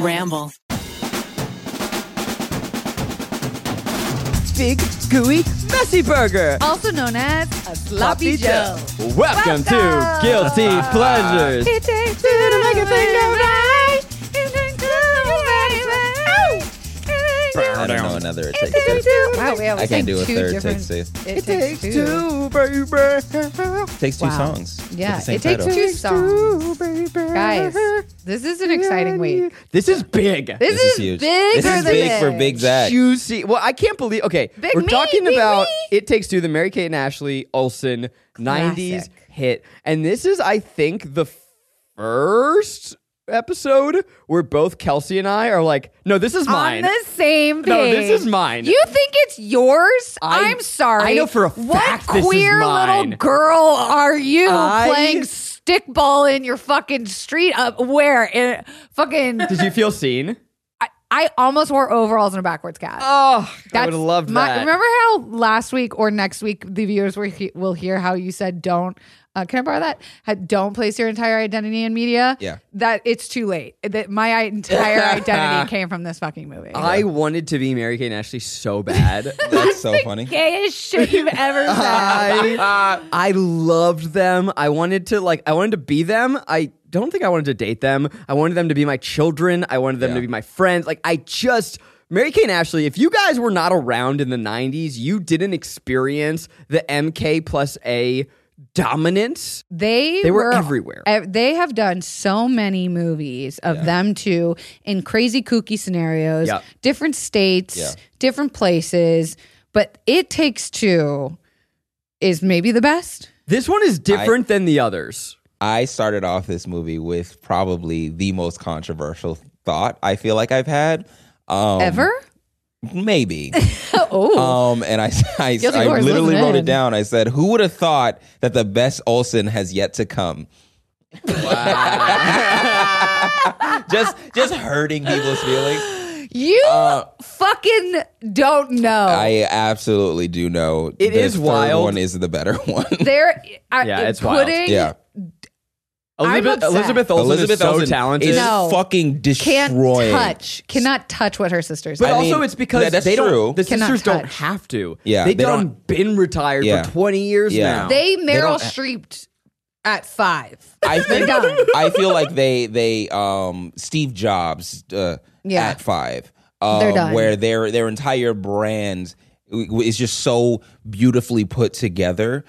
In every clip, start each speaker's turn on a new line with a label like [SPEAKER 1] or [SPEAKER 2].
[SPEAKER 1] Ramble.
[SPEAKER 2] Big Gooey Messy Burger.
[SPEAKER 3] also known as a sloppy joe.
[SPEAKER 4] Welcome, to
[SPEAKER 3] Welcome.
[SPEAKER 4] Guilty
[SPEAKER 2] Ah,
[SPEAKER 4] Pleasures.
[SPEAKER 3] It takes two to make a thing go right. It takes two to
[SPEAKER 4] I don't know another. It takes
[SPEAKER 3] make a
[SPEAKER 4] two.
[SPEAKER 3] thing go right. Wow, we
[SPEAKER 4] I
[SPEAKER 3] always
[SPEAKER 4] can't
[SPEAKER 3] sing
[SPEAKER 4] do a
[SPEAKER 3] two
[SPEAKER 4] third.
[SPEAKER 3] different-
[SPEAKER 4] Takes two.
[SPEAKER 3] It, takes two.
[SPEAKER 2] baby.
[SPEAKER 4] Takes two
[SPEAKER 3] Wow.
[SPEAKER 4] songs. with
[SPEAKER 3] Yeah,
[SPEAKER 4] the same
[SPEAKER 3] it takes
[SPEAKER 4] title.
[SPEAKER 3] two songs. Guys, this is an exciting week.
[SPEAKER 2] This is big.
[SPEAKER 3] This,
[SPEAKER 4] This is huge.
[SPEAKER 3] bigger
[SPEAKER 4] This is
[SPEAKER 3] than
[SPEAKER 4] big for Big Zach.
[SPEAKER 2] Juicy. Well, I can't believe. Okay,
[SPEAKER 3] Big
[SPEAKER 2] we're
[SPEAKER 3] me,
[SPEAKER 2] talking
[SPEAKER 3] big
[SPEAKER 2] about
[SPEAKER 3] me.
[SPEAKER 2] It Takes Two, the Mary Kate and Ashley Olsen 90s
[SPEAKER 3] Classic.
[SPEAKER 2] hit. And this is, I think, the first episode where both Kelsey and I are like, no, this is mine.
[SPEAKER 3] On the same page.
[SPEAKER 2] No, this is mine.
[SPEAKER 3] You think it's yours?
[SPEAKER 2] I-
[SPEAKER 3] I, am sorry.
[SPEAKER 2] I know for a fact
[SPEAKER 3] What
[SPEAKER 2] this is
[SPEAKER 3] queer
[SPEAKER 2] mine.
[SPEAKER 3] little girl are you
[SPEAKER 2] I-
[SPEAKER 3] playing stickball in your fucking street? Up where? In, fucking.
[SPEAKER 2] Did you feel seen?
[SPEAKER 3] I, I almost wore overalls and a backwards cap.
[SPEAKER 2] Oh, I
[SPEAKER 3] That's
[SPEAKER 2] would have loved
[SPEAKER 3] my-
[SPEAKER 2] that.
[SPEAKER 3] Remember how last week or next week the viewers will, he- will hear how you said don't. Uh, can I borrow that? Had, don't place your entire identity in media.
[SPEAKER 4] Yeah.
[SPEAKER 3] that it's too late. That my i- entire identity came from this fucking movie.
[SPEAKER 2] I wanted to be Mary Kate and Ashley so bad.
[SPEAKER 4] That's so funny.
[SPEAKER 3] Gayest shit you've ever
[SPEAKER 2] Uh-huh.
[SPEAKER 3] said.
[SPEAKER 2] I, I loved them. I wanted to like I wanted to be them. I don't think I wanted to date them. I wanted them to be my children. I wanted them to be my friends. Like I just Mary Kate and Ashley, if you guys were not around in the 90s, you didn't experience the MK plus A dominance.
[SPEAKER 3] They
[SPEAKER 2] They were everywhere.
[SPEAKER 3] ev- they have done so many movies of them two in crazy kooky scenarios,
[SPEAKER 2] Yeah.
[SPEAKER 3] different states,
[SPEAKER 4] Yeah.
[SPEAKER 3] different places. But it takes two is maybe the best.
[SPEAKER 2] This one is different than the others.
[SPEAKER 4] I started off this movie with probably the most controversial thought I feel like I've had um,
[SPEAKER 3] Ever?
[SPEAKER 4] Maybe.
[SPEAKER 3] Oh,
[SPEAKER 4] Um, and I, I,
[SPEAKER 3] Guilty
[SPEAKER 4] I
[SPEAKER 3] Wars,
[SPEAKER 4] literally
[SPEAKER 3] listen
[SPEAKER 4] wrote
[SPEAKER 3] in.
[SPEAKER 4] it down. I said, "Who would have thought that the best Olsen has yet to come?" just, just hurting people's feelings.
[SPEAKER 3] Oh. you fucking don't know.
[SPEAKER 4] I absolutely do know.
[SPEAKER 2] It
[SPEAKER 4] the
[SPEAKER 2] is
[SPEAKER 4] third
[SPEAKER 2] wild.
[SPEAKER 4] One is the better one.
[SPEAKER 3] there, I,
[SPEAKER 2] Yeah, it's wild.
[SPEAKER 3] putting
[SPEAKER 4] yeah.
[SPEAKER 3] I'm upset.
[SPEAKER 2] Elizabeth Elizabeth Olsen is so talented.
[SPEAKER 4] is
[SPEAKER 3] No.
[SPEAKER 4] fucking
[SPEAKER 3] can't
[SPEAKER 4] destroying.
[SPEAKER 3] touch, cannot touch what her sisters.
[SPEAKER 2] But
[SPEAKER 3] did.
[SPEAKER 4] I
[SPEAKER 2] also,
[SPEAKER 4] mean,
[SPEAKER 2] it's because
[SPEAKER 4] that- that's
[SPEAKER 2] they
[SPEAKER 4] true.
[SPEAKER 2] don't. The
[SPEAKER 3] Cannot
[SPEAKER 2] sisters don't
[SPEAKER 3] touch.
[SPEAKER 2] have to.
[SPEAKER 4] Yeah,
[SPEAKER 2] they,
[SPEAKER 4] they
[SPEAKER 2] done
[SPEAKER 4] don't-
[SPEAKER 2] been retired
[SPEAKER 4] Yeah.
[SPEAKER 2] for twenty years
[SPEAKER 4] Yeah.
[SPEAKER 2] now.
[SPEAKER 3] they Meryl
[SPEAKER 4] don't-
[SPEAKER 3] Streeped at five.
[SPEAKER 4] I think
[SPEAKER 3] done.
[SPEAKER 4] I feel like they they um Steve Jobs uh,
[SPEAKER 3] Yeah.
[SPEAKER 4] at five. Um,
[SPEAKER 3] They're done.
[SPEAKER 4] Where their their entire brand w- w- is just so beautifully put together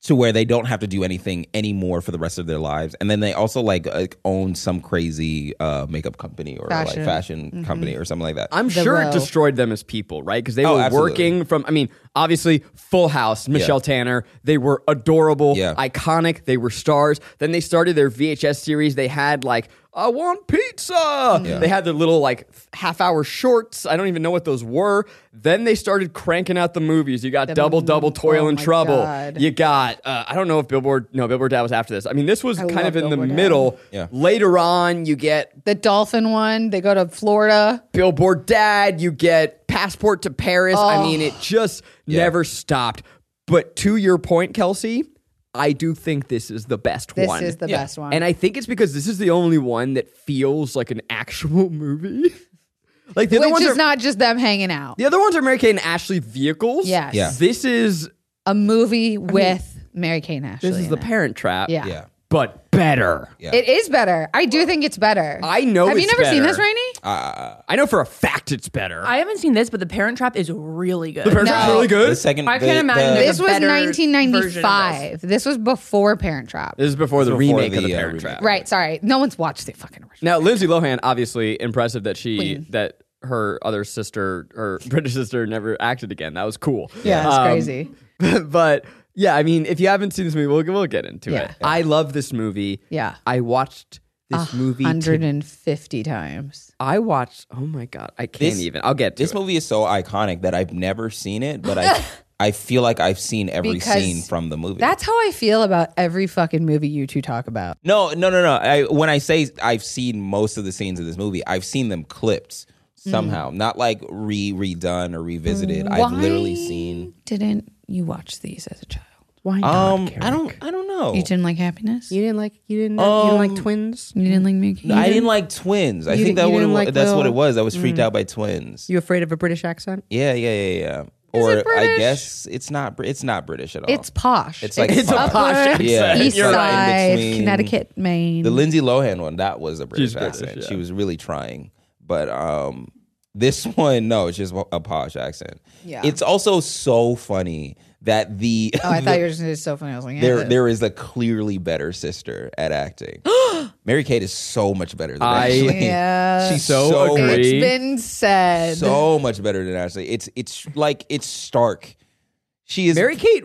[SPEAKER 4] to where they don't have to do anything anymore for the rest of their lives, and then they also like, like own some crazy uh, makeup company or
[SPEAKER 3] Fashion. Mm-hmm.
[SPEAKER 4] like fashion company or something like that.
[SPEAKER 2] I'm sure
[SPEAKER 3] row.
[SPEAKER 2] it destroyed them as people, right? Because they
[SPEAKER 4] Oh,
[SPEAKER 2] were
[SPEAKER 4] absolutely.
[SPEAKER 2] working from, I mean, obviously, Full House, Michelle Tanner, they were adorable,
[SPEAKER 4] Yeah.
[SPEAKER 2] iconic, they were stars. Then they started their VHS series. They had, like, I want pizza. They had their little, like, half hour shorts. I don't even know what those were. Then they started cranking out the movies. You got Double Double Toil
[SPEAKER 3] oh
[SPEAKER 2] and
[SPEAKER 3] my
[SPEAKER 2] Trouble.
[SPEAKER 3] God.
[SPEAKER 2] You got, uh, I don't know if Billboard, no, Billboard Dad was after this. I mean, this was kind
[SPEAKER 3] love
[SPEAKER 2] of in the
[SPEAKER 3] Billboard Dad.
[SPEAKER 2] middle.
[SPEAKER 4] Yeah.
[SPEAKER 2] Later on, you get
[SPEAKER 3] The dolphin one, they go to Florida.
[SPEAKER 2] Billboard Dad, you get Passport to Paris. I mean, it just never stopped. But to your point, Kelsey, I do think this is the best
[SPEAKER 3] This
[SPEAKER 2] one.
[SPEAKER 3] is the best one.
[SPEAKER 2] And I think it's because this is the only one that feels like an actual movie. like the other
[SPEAKER 3] Which
[SPEAKER 2] ones
[SPEAKER 3] is
[SPEAKER 2] are
[SPEAKER 3] not just them hanging out.
[SPEAKER 2] the other ones are Mary Kate and Ashley vehicles.
[SPEAKER 3] Yes. Yeah.
[SPEAKER 2] This is
[SPEAKER 3] A movie with Mary Kay and Ashley.
[SPEAKER 2] this is
[SPEAKER 3] in
[SPEAKER 2] the
[SPEAKER 3] it.
[SPEAKER 2] Parent Trap.
[SPEAKER 3] Yeah.
[SPEAKER 4] yeah,
[SPEAKER 2] But better.
[SPEAKER 4] yeah.
[SPEAKER 3] It is better. I do think it's better.
[SPEAKER 2] I know
[SPEAKER 3] Have you
[SPEAKER 2] it's
[SPEAKER 3] never seen
[SPEAKER 2] better.
[SPEAKER 3] this, Rainey?
[SPEAKER 2] I know for a fact it's better.
[SPEAKER 5] I haven't seen this, but the Parent Trap is really good.
[SPEAKER 2] the Parent
[SPEAKER 3] No.
[SPEAKER 2] Trap's really good.
[SPEAKER 4] The second,
[SPEAKER 5] I
[SPEAKER 4] the-
[SPEAKER 5] can't imagine
[SPEAKER 4] the-
[SPEAKER 5] there's
[SPEAKER 3] this
[SPEAKER 5] a
[SPEAKER 3] was
[SPEAKER 5] better
[SPEAKER 3] 1995. This. was before Parent Trap.
[SPEAKER 2] this is before the
[SPEAKER 4] before
[SPEAKER 2] remake of
[SPEAKER 4] the,
[SPEAKER 2] the
[SPEAKER 4] uh,
[SPEAKER 2] Parent
[SPEAKER 4] remake.
[SPEAKER 2] Trap.
[SPEAKER 3] right. Sorry. No one's watched the fucking original.
[SPEAKER 2] Now, Lindsay Lohan, obviously impressive that she
[SPEAKER 3] Queen.
[SPEAKER 2] that her other sister, her British sister, never acted again. That was cool.
[SPEAKER 3] Yeah, it's
[SPEAKER 2] Um,
[SPEAKER 3] crazy.
[SPEAKER 2] But yeah, I mean, if you haven't seen this movie, we'll we'll get into
[SPEAKER 3] Yeah.
[SPEAKER 2] it. I love this movie.
[SPEAKER 3] Yeah.
[SPEAKER 2] I watched. this movie. to-
[SPEAKER 3] 150 times.
[SPEAKER 2] I watched. Oh my god, I can't
[SPEAKER 4] This-
[SPEAKER 2] even. I'll get to
[SPEAKER 4] This
[SPEAKER 2] it.
[SPEAKER 4] movie is so iconic that I've never seen it, but I I feel like I've seen every
[SPEAKER 3] Because
[SPEAKER 4] scene from the movie.
[SPEAKER 3] That's how I feel about every fucking movie you two talk about.
[SPEAKER 4] no, no, no, no. I, when I say I've seen most of the scenes of this movie, I've seen them clipped
[SPEAKER 2] Mm.
[SPEAKER 4] somehow, not like re redone or revisited. I've literally
[SPEAKER 3] Why
[SPEAKER 4] seen.
[SPEAKER 3] Didn't you watch these as a child?
[SPEAKER 2] Why not?
[SPEAKER 4] Um, I don't, I don't know.
[SPEAKER 3] You didn't like happiness?
[SPEAKER 2] you didn't like. You didn't. you didn't like twins.
[SPEAKER 3] You didn't like Mickey?
[SPEAKER 4] I didn't like twins. I think
[SPEAKER 2] didn't-
[SPEAKER 4] that
[SPEAKER 2] you
[SPEAKER 4] what it,
[SPEAKER 2] didn't
[SPEAKER 4] wa-
[SPEAKER 2] like
[SPEAKER 4] that's what it
[SPEAKER 2] Lil-
[SPEAKER 4] was. I was freaked out by twins.
[SPEAKER 2] You afraid of a British accent?
[SPEAKER 4] yeah, yeah, yeah, yeah.
[SPEAKER 3] it
[SPEAKER 4] Or I
[SPEAKER 3] British?
[SPEAKER 4] guess it's not. Br- It's not British at all.
[SPEAKER 3] It's posh.
[SPEAKER 4] Oh. It's like It's a posh.
[SPEAKER 3] upper,
[SPEAKER 4] accent. Yeah,
[SPEAKER 3] East
[SPEAKER 4] you're right in
[SPEAKER 3] Side,
[SPEAKER 4] between.
[SPEAKER 3] Connecticut, Maine.
[SPEAKER 4] The Lindsay Lohan one, that was a British
[SPEAKER 2] She's British,
[SPEAKER 4] accent.
[SPEAKER 2] yeah.
[SPEAKER 4] She was really trying. But um this one, no, it's just a posh accent.
[SPEAKER 3] Yeah.
[SPEAKER 4] It's also so funny that the
[SPEAKER 3] oh, I thought you were just gonna do so funny. I was like, yeah,
[SPEAKER 4] there
[SPEAKER 3] but-
[SPEAKER 4] there is a clearly better sister at acting. Mary Kate is so much better than
[SPEAKER 2] I-
[SPEAKER 4] Ashley.
[SPEAKER 3] yeah.
[SPEAKER 4] She's
[SPEAKER 2] So
[SPEAKER 4] so
[SPEAKER 2] agree.
[SPEAKER 4] much,
[SPEAKER 3] it's been said.
[SPEAKER 4] so much better than Ashley. It's it's like it's stark. She is
[SPEAKER 2] Mary Kate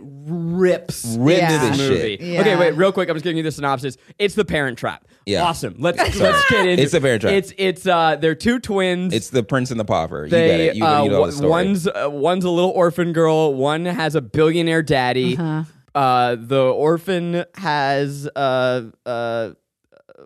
[SPEAKER 2] rips.
[SPEAKER 4] ripped
[SPEAKER 3] Yeah.
[SPEAKER 4] this
[SPEAKER 3] This
[SPEAKER 4] shit.
[SPEAKER 2] Movie.
[SPEAKER 3] Yeah.
[SPEAKER 2] Okay, wait, real quick. I'm just giving you the synopsis. It's the Parent Trap.
[SPEAKER 4] Yeah.
[SPEAKER 2] awesome. Let's let's get into.
[SPEAKER 4] It's The Parent Trap.
[SPEAKER 2] It's it's uh, they're two twins.
[SPEAKER 4] It's the prince and the pauper. You
[SPEAKER 2] they
[SPEAKER 4] get it. You,
[SPEAKER 2] uh,
[SPEAKER 4] you know
[SPEAKER 2] one-
[SPEAKER 4] the story.
[SPEAKER 2] one's uh, one's a little orphan girl. One has a billionaire daddy.
[SPEAKER 3] Uh-huh.
[SPEAKER 2] uh the orphan has uh uh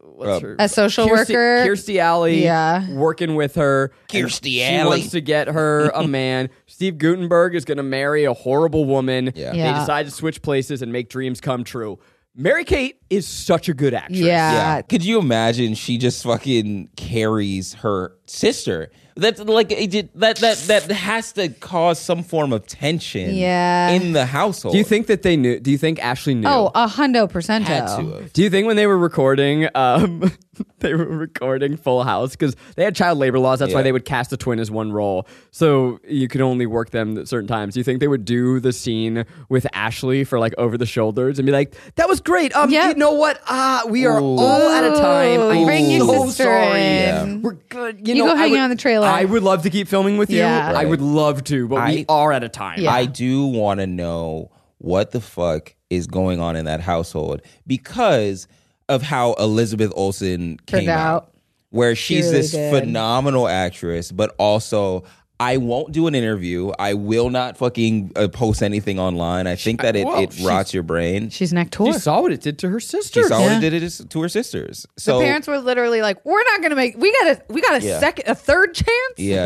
[SPEAKER 2] what's
[SPEAKER 4] Uh,
[SPEAKER 2] her
[SPEAKER 3] A social
[SPEAKER 2] Kirstie-
[SPEAKER 3] worker.
[SPEAKER 2] Kirstie Alley,
[SPEAKER 3] Yeah.
[SPEAKER 2] working with her. and
[SPEAKER 4] Kirstie
[SPEAKER 2] she
[SPEAKER 4] Alley.
[SPEAKER 2] wants to get her a man. Steve Gutenberg is going to marry a horrible woman.
[SPEAKER 4] Yeah.
[SPEAKER 3] Yeah.
[SPEAKER 2] They decide to switch places and make dreams come true. Mary Kate is such a good actress.
[SPEAKER 3] yeah.
[SPEAKER 4] Yeah. Could you imagine she just fucking carries her sister? That's like it did, that that that has to cause some form of tension
[SPEAKER 3] Yeah.
[SPEAKER 4] in the household.
[SPEAKER 2] Do you think that they knew? Do you think Ashley knew?
[SPEAKER 3] Oh, a hundo percento.
[SPEAKER 4] had to have.
[SPEAKER 2] Do you think when they were recording, um, they were recording Full House because they had child labor laws? That's why
[SPEAKER 4] Yeah.
[SPEAKER 2] they would cast a twin as one role, so you could only work them at certain times. Do you think they would do the scene with Ashley for like over the shoulders and be like, "That was great. Um,
[SPEAKER 3] Yeah.
[SPEAKER 2] you know what? Ah, we are all out of time. I'm
[SPEAKER 3] Bring your
[SPEAKER 2] so
[SPEAKER 3] sister in.
[SPEAKER 2] sorry.
[SPEAKER 3] Yeah.
[SPEAKER 2] We're good. You,
[SPEAKER 3] You
[SPEAKER 2] know,
[SPEAKER 3] go
[SPEAKER 2] I
[SPEAKER 3] hang
[SPEAKER 2] would-
[SPEAKER 3] out in the trailer.
[SPEAKER 2] I would love to keep filming with you.
[SPEAKER 3] Yeah.
[SPEAKER 2] I would love to, but we
[SPEAKER 4] I-
[SPEAKER 2] are out of time.
[SPEAKER 3] Yeah.
[SPEAKER 4] I do want to know what the fuck is going on in that household because of how Elizabeth Olsen
[SPEAKER 3] Turned
[SPEAKER 4] came out,
[SPEAKER 3] out.
[SPEAKER 4] where she's
[SPEAKER 3] really
[SPEAKER 4] this
[SPEAKER 3] did.
[SPEAKER 4] phenomenal actress, but also. I won't do an interview. I will not fucking uh, post anything online. I think that it,
[SPEAKER 2] well,
[SPEAKER 4] it rots your brain.
[SPEAKER 3] She's an actor.
[SPEAKER 2] She saw what it did to her sister.
[SPEAKER 4] She saw
[SPEAKER 3] Yeah.
[SPEAKER 4] what it did to to her sisters. So
[SPEAKER 3] the parents were literally like, "We're not gonna make. We got a. We got a
[SPEAKER 4] Yeah.
[SPEAKER 3] second, a third chance.
[SPEAKER 4] yeah,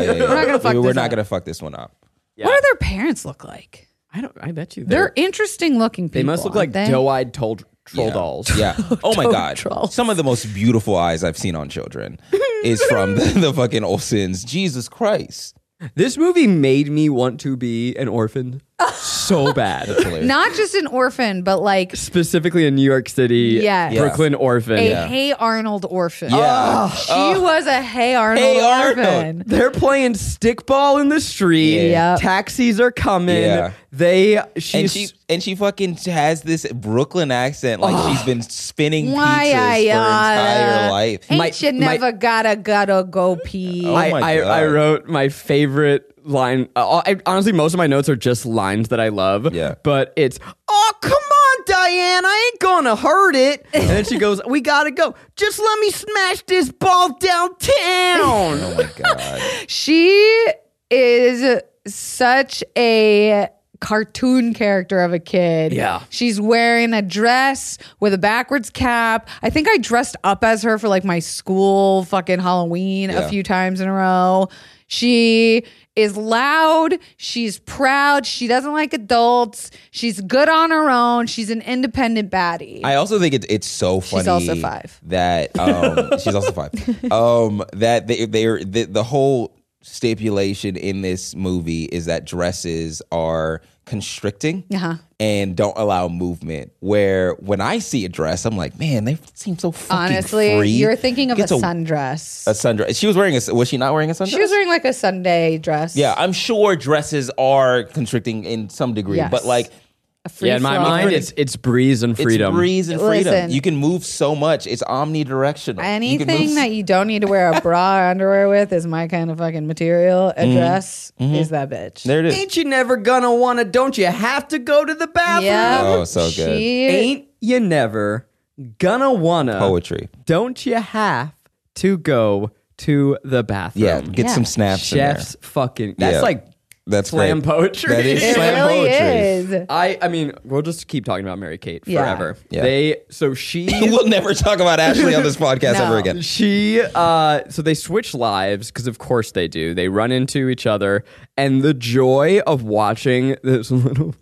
[SPEAKER 4] yeah, yeah.
[SPEAKER 3] we're not gonna fuck.
[SPEAKER 4] we're
[SPEAKER 3] this
[SPEAKER 4] not
[SPEAKER 3] up.
[SPEAKER 4] gonna fuck this one up.
[SPEAKER 3] What do their parents look like?
[SPEAKER 2] I don't. I bet you
[SPEAKER 3] They're, interesting looking people.
[SPEAKER 2] They must look
[SPEAKER 3] aren't
[SPEAKER 2] like
[SPEAKER 3] they?
[SPEAKER 2] doe-eyed toll, troll
[SPEAKER 4] Yeah.
[SPEAKER 2] dolls.
[SPEAKER 4] Yeah. Oh my god.
[SPEAKER 3] trolls.
[SPEAKER 4] Some of the most beautiful eyes I've seen on children is from the, the fucking Olsons. Jesus Christ.
[SPEAKER 2] This movie made me want to be an orphan so bad.
[SPEAKER 3] Not just an orphan, but like
[SPEAKER 2] Specifically in New York City,
[SPEAKER 3] Yes. Yeah.
[SPEAKER 2] Brooklyn orphan.
[SPEAKER 3] a Hey Arnold orphan.
[SPEAKER 4] Yeah.
[SPEAKER 3] she was a Hey Arnold
[SPEAKER 4] Hey Arnold.
[SPEAKER 3] orphan.
[SPEAKER 2] They're playing stickball in the street.
[SPEAKER 3] Yeah. Yep.
[SPEAKER 2] Taxis are coming.
[SPEAKER 4] Yeah.
[SPEAKER 2] They she's
[SPEAKER 4] And she and she fucking has this Brooklyn accent like she's been spinning peaches
[SPEAKER 3] Ah. Why I uh,
[SPEAKER 4] for her
[SPEAKER 3] oughta.
[SPEAKER 4] entire life.
[SPEAKER 3] Ain't
[SPEAKER 2] My-
[SPEAKER 3] you
[SPEAKER 2] my-
[SPEAKER 3] never gotta gotta go pee?
[SPEAKER 4] Oh
[SPEAKER 2] I,
[SPEAKER 4] my
[SPEAKER 2] I,
[SPEAKER 4] God.
[SPEAKER 2] I wrote my favorite line. Uh, I, honestly, most of my notes are just lines that I love.
[SPEAKER 4] Yeah.
[SPEAKER 2] But it's, oh, come on, Diane. I ain't going to hurt it. And then she goes, we got to go. Just let me smash this ball downtown.
[SPEAKER 4] Oh my god.
[SPEAKER 3] She is such a cartoon character of a kid.
[SPEAKER 2] Yeah.
[SPEAKER 3] She's wearing a dress with a backwards cap. I think I dressed up as her for like my school fucking Halloween a
[SPEAKER 4] Yeah.
[SPEAKER 3] few times in a row. She is loud. She's proud. She doesn't like adults. She's good on her own. She's an independent baddie.
[SPEAKER 4] I also think it, it's so funny.
[SPEAKER 3] also five.
[SPEAKER 4] That um, she's also five. Um, that they they're the, the whole stipulation in this movie is that dresses are constricting
[SPEAKER 3] Uh-huh.
[SPEAKER 4] and don't allow movement. Where when I see a dress, I'm like, man, they seem so fucking
[SPEAKER 3] Honestly,
[SPEAKER 4] free.
[SPEAKER 3] you're thinking of a,
[SPEAKER 4] Gets a,
[SPEAKER 3] sundress.
[SPEAKER 4] a sundress. She was wearing a. Was she not wearing a sundress?
[SPEAKER 3] she was wearing like a Sunday dress.
[SPEAKER 4] yeah, I'm sure dresses are constricting in some degree,
[SPEAKER 3] Yes.
[SPEAKER 4] but like
[SPEAKER 2] yeah, in my
[SPEAKER 3] free-for-all.
[SPEAKER 2] mind, it's, it's breeze and freedom.
[SPEAKER 4] It's breeze and freedom.
[SPEAKER 3] Listen.
[SPEAKER 4] you can move so much. It's omnidirectional. You can
[SPEAKER 3] Anything
[SPEAKER 4] move-
[SPEAKER 3] that you don't need to wear a bra or underwear with is my kind of fucking material.
[SPEAKER 4] Mm-hmm.
[SPEAKER 3] A dress is that bitch.
[SPEAKER 4] there it is.
[SPEAKER 2] Ain't you never gonna wanna, don't you have to go to the bathroom?
[SPEAKER 3] yeah.
[SPEAKER 4] Oh, so good.
[SPEAKER 3] She
[SPEAKER 2] Ain't you never gonna wanna
[SPEAKER 4] Poetry.
[SPEAKER 2] Don't you have to go to the bathroom?
[SPEAKER 4] Yeah, get
[SPEAKER 3] Yeah.
[SPEAKER 4] some snaps
[SPEAKER 2] Chef's
[SPEAKER 4] in
[SPEAKER 2] fucking. That's
[SPEAKER 4] Yeah.
[SPEAKER 2] like
[SPEAKER 4] there. That's
[SPEAKER 2] slam
[SPEAKER 4] great.
[SPEAKER 2] poetry.
[SPEAKER 4] That is
[SPEAKER 3] It
[SPEAKER 4] slam
[SPEAKER 3] really
[SPEAKER 4] poetry.
[SPEAKER 3] is.
[SPEAKER 2] I I mean, we'll just keep talking about Mary Kate
[SPEAKER 3] Yeah.
[SPEAKER 2] forever.
[SPEAKER 4] Yeah.
[SPEAKER 2] They so she
[SPEAKER 4] we'll never talk about Ashley on this podcast
[SPEAKER 3] No.
[SPEAKER 4] ever again.
[SPEAKER 2] she uh so they switch lives because of course they do. They run into each other and the joy of watching this little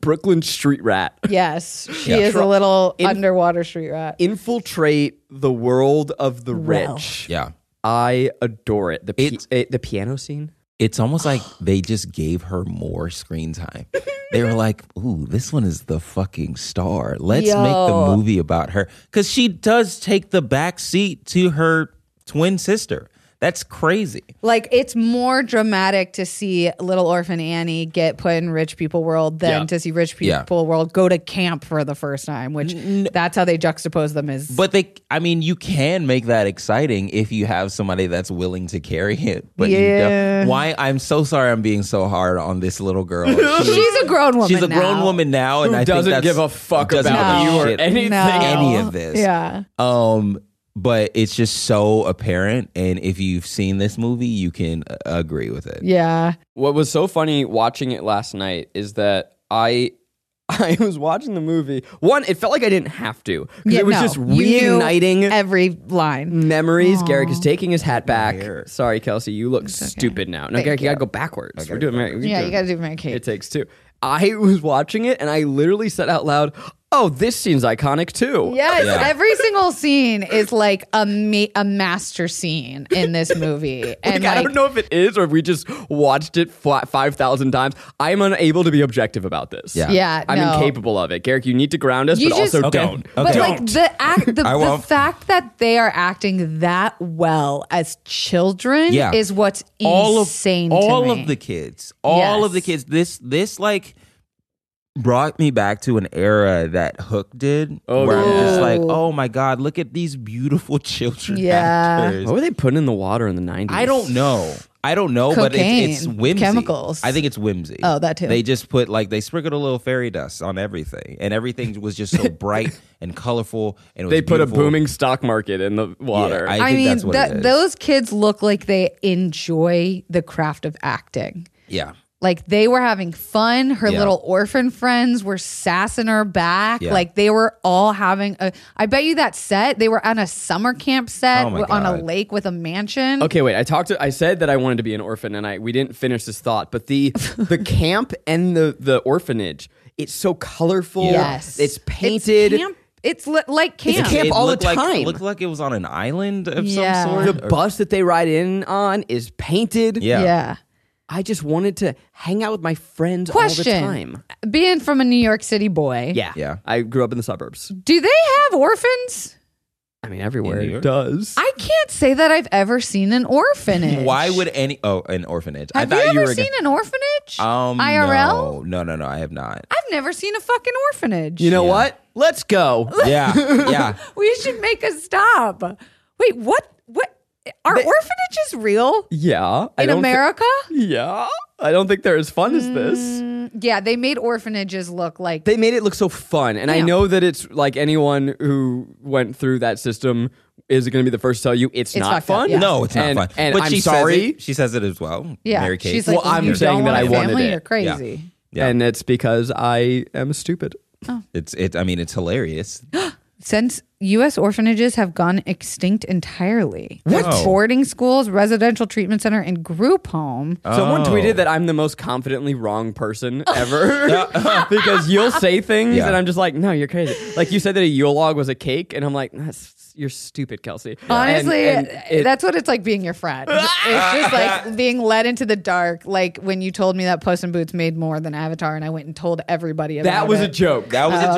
[SPEAKER 2] Brooklyn street rat
[SPEAKER 3] Yes, she is a little underwater street rat.
[SPEAKER 2] infiltrate the world of the
[SPEAKER 5] Well.
[SPEAKER 2] rich.
[SPEAKER 4] Yeah.
[SPEAKER 2] I adore it. The pi-
[SPEAKER 4] It's-
[SPEAKER 2] eh, the piano scene.
[SPEAKER 4] It's almost like they just gave her more screen time. They were like, ooh, this one is the fucking star. Let's make
[SPEAKER 3] Yo.
[SPEAKER 4] the movie about her. Because she does take the back seat to her twin sister. That's crazy.
[SPEAKER 3] Like it's more dramatic to see little orphan Annie get put in rich people world than
[SPEAKER 2] Yeah.
[SPEAKER 3] to see rich people
[SPEAKER 4] Yeah.
[SPEAKER 3] world go to camp for the first time, which that's how they juxtapose them is
[SPEAKER 4] But they, I mean, you can make that exciting if you have somebody that's willing to carry it. But you don't-
[SPEAKER 3] Yeah.
[SPEAKER 4] why? I'm so sorry. I'm being so hard on this little girl. She-
[SPEAKER 3] she's a grown woman.
[SPEAKER 4] she's a
[SPEAKER 3] now.
[SPEAKER 4] grown woman now, Oh, and
[SPEAKER 2] Who
[SPEAKER 4] I think
[SPEAKER 2] doesn't
[SPEAKER 4] that's-
[SPEAKER 2] give a fuck
[SPEAKER 4] doesn't give
[SPEAKER 2] about
[SPEAKER 4] a
[SPEAKER 2] you or
[SPEAKER 4] shit.
[SPEAKER 2] anything
[SPEAKER 3] No.
[SPEAKER 4] any of this.
[SPEAKER 3] Yeah.
[SPEAKER 4] Um, but it's just so apparent, and if you've seen this movie, you can uh, agree with it.
[SPEAKER 3] Yeah.
[SPEAKER 2] What was so funny watching it last night is that I I was watching the movie. One, it felt like I didn't have to 'cause
[SPEAKER 3] Yeah,
[SPEAKER 2] it was
[SPEAKER 3] no.
[SPEAKER 2] just
[SPEAKER 3] You knew
[SPEAKER 2] reuniting
[SPEAKER 3] every
[SPEAKER 4] Mm,
[SPEAKER 3] line.
[SPEAKER 2] memories. Garrick is taking his hat back.
[SPEAKER 4] hair.
[SPEAKER 2] Sorry, Kelsey, you look stupid now. No, Garrick, you gotta go backwards. We're doing Mary.
[SPEAKER 3] Yeah, you gotta do Mary Kate.
[SPEAKER 2] It takes two. I was watching it and I literally said out loud, "Oh, this scene's iconic too."
[SPEAKER 3] Yes,
[SPEAKER 4] Yeah.
[SPEAKER 3] every single scene is like a ma- a master scene in this movie, and
[SPEAKER 2] Like,
[SPEAKER 3] like,
[SPEAKER 2] I don't know if it is or if we just watched it five thousand times. I am unable to be objective about this.
[SPEAKER 4] Yeah.
[SPEAKER 3] yeah,
[SPEAKER 2] I'm
[SPEAKER 3] no.
[SPEAKER 2] incapable of it. Garrick, you need to ground us,
[SPEAKER 3] You
[SPEAKER 2] but
[SPEAKER 3] just-
[SPEAKER 2] also
[SPEAKER 4] Okay.
[SPEAKER 2] don't.
[SPEAKER 3] But
[SPEAKER 4] Okay.
[SPEAKER 3] like the act, the,
[SPEAKER 4] I
[SPEAKER 3] the
[SPEAKER 4] won't.
[SPEAKER 3] fact that they are acting that well as children
[SPEAKER 4] Yeah.
[SPEAKER 3] is what's
[SPEAKER 4] all of
[SPEAKER 3] insane. to
[SPEAKER 4] all
[SPEAKER 3] me.
[SPEAKER 4] of the kids, all of the
[SPEAKER 3] Yes.
[SPEAKER 4] kids. This this like brought me back to an era that Hook did,
[SPEAKER 2] Oh,
[SPEAKER 4] where I'm just
[SPEAKER 3] yeah.
[SPEAKER 4] like,
[SPEAKER 3] Ooh.
[SPEAKER 4] oh my god, look at these beautiful children.
[SPEAKER 3] Yeah.
[SPEAKER 4] actors.
[SPEAKER 2] What were they putting in the water in the 90s?
[SPEAKER 4] I don't know. I don't know, but
[SPEAKER 3] Cocaine,
[SPEAKER 4] it's, it's whimsy.
[SPEAKER 3] chemicals.
[SPEAKER 4] I think it's whimsy.
[SPEAKER 3] Oh, that too.
[SPEAKER 4] They just put like they sprinkled a little fairy dust on everything, and everything was just so bright and colorful. And it was
[SPEAKER 2] They put
[SPEAKER 4] beautiful.
[SPEAKER 2] a booming stock market in the water.
[SPEAKER 3] I
[SPEAKER 4] I think
[SPEAKER 3] mean,
[SPEAKER 4] that's what it
[SPEAKER 3] that-
[SPEAKER 4] is.
[SPEAKER 3] those kids look like they enjoy the craft of acting.
[SPEAKER 4] Yeah,
[SPEAKER 3] Like they were having fun. Her
[SPEAKER 4] Yeah.
[SPEAKER 3] little orphan friends were sassing her back.
[SPEAKER 4] Yeah.
[SPEAKER 3] Like they were all having a. I bet you that set they were on a summer camp set
[SPEAKER 4] Oh my
[SPEAKER 3] on a
[SPEAKER 4] God.
[SPEAKER 3] lake with a mansion.
[SPEAKER 2] okay, wait. I talked. To, I said that I wanted to be an orphan, and I we didn't finish this thought. But the the camp and the the orphanage, it's so colorful.
[SPEAKER 3] Yes,
[SPEAKER 2] it's painted.
[SPEAKER 3] It's, camp, it's li- like camp.
[SPEAKER 2] camp.
[SPEAKER 4] It
[SPEAKER 2] all the
[SPEAKER 4] looked like-
[SPEAKER 2] time.
[SPEAKER 4] Looked like it was on an island of
[SPEAKER 3] Yeah.
[SPEAKER 4] some sort.
[SPEAKER 2] the bus that they ride in on is painted.
[SPEAKER 4] Yeah.
[SPEAKER 3] yeah.
[SPEAKER 2] I just wanted to hang out with my friends all
[SPEAKER 3] Question:
[SPEAKER 2] the time.
[SPEAKER 3] Being from a New York City boy,
[SPEAKER 2] Yeah,
[SPEAKER 4] Yeah.
[SPEAKER 2] I grew up in the suburbs.
[SPEAKER 3] do they have orphans?
[SPEAKER 2] I mean, everywhere
[SPEAKER 4] In New
[SPEAKER 2] it
[SPEAKER 4] York?
[SPEAKER 2] does.
[SPEAKER 3] I can't say that I've ever seen an orphanage.
[SPEAKER 4] Why would any? Oh, an orphanage.
[SPEAKER 3] Have
[SPEAKER 4] I
[SPEAKER 3] you
[SPEAKER 4] thought
[SPEAKER 3] ever
[SPEAKER 4] you, were
[SPEAKER 3] seen an orphanage?
[SPEAKER 4] gonna, um
[SPEAKER 3] IRL?
[SPEAKER 4] No, no, no, no. I have not.
[SPEAKER 3] I've never seen a fucking orphanage.
[SPEAKER 2] you know what? Let's go.
[SPEAKER 4] Yeah, yeah.
[SPEAKER 3] we should make a stop. Wait, what? What are orphanages real
[SPEAKER 2] Yeah, I
[SPEAKER 3] in
[SPEAKER 2] don't thi-
[SPEAKER 3] America?
[SPEAKER 2] Yeah. I don't think they're as fun as this.
[SPEAKER 3] yeah, they made orphanages look like
[SPEAKER 2] They made it look so fun. And I
[SPEAKER 3] Yeah.
[SPEAKER 2] know that it's like anyone who went through that system is going to be the first to tell you it's, not
[SPEAKER 3] fucked up,
[SPEAKER 2] fun.
[SPEAKER 3] yeah.
[SPEAKER 4] No, it's not
[SPEAKER 2] and,
[SPEAKER 4] fun.
[SPEAKER 2] And
[SPEAKER 4] but
[SPEAKER 2] I'm
[SPEAKER 4] she
[SPEAKER 2] sorry.
[SPEAKER 4] Says it, she says it as well.
[SPEAKER 3] yeah.
[SPEAKER 4] Mary Kate.
[SPEAKER 3] She's like,
[SPEAKER 2] Well, I'm
[SPEAKER 3] you don't
[SPEAKER 2] saying that
[SPEAKER 3] want
[SPEAKER 2] I
[SPEAKER 3] a
[SPEAKER 2] wanted
[SPEAKER 3] family?
[SPEAKER 2] it.
[SPEAKER 3] You're crazy.
[SPEAKER 4] Yeah.
[SPEAKER 2] And it's because I am stupid.
[SPEAKER 4] It's it. I mean, it's hilarious.
[SPEAKER 3] Since U.S. orphanages have gone extinct entirely, what
[SPEAKER 4] Oh.
[SPEAKER 3] boarding schools, residential treatment center, and group home.
[SPEAKER 2] Someone
[SPEAKER 4] Oh.
[SPEAKER 2] tweeted that I'm the most confidently wrong person ever because you'll say things
[SPEAKER 4] Yeah.
[SPEAKER 2] and I'm just like, no, you're crazy. Like you said that a Yule log was a cake, and I'm like, that's, you're stupid, Kelsey.
[SPEAKER 3] Honestly,
[SPEAKER 2] And- and it-
[SPEAKER 3] that's what it's like being your friend. it's just like being led into the dark. Like when you told me that Puss in Boots made more than Avatar, and I went and told everybody about
[SPEAKER 2] that was
[SPEAKER 3] it.
[SPEAKER 2] a joke.
[SPEAKER 4] That was a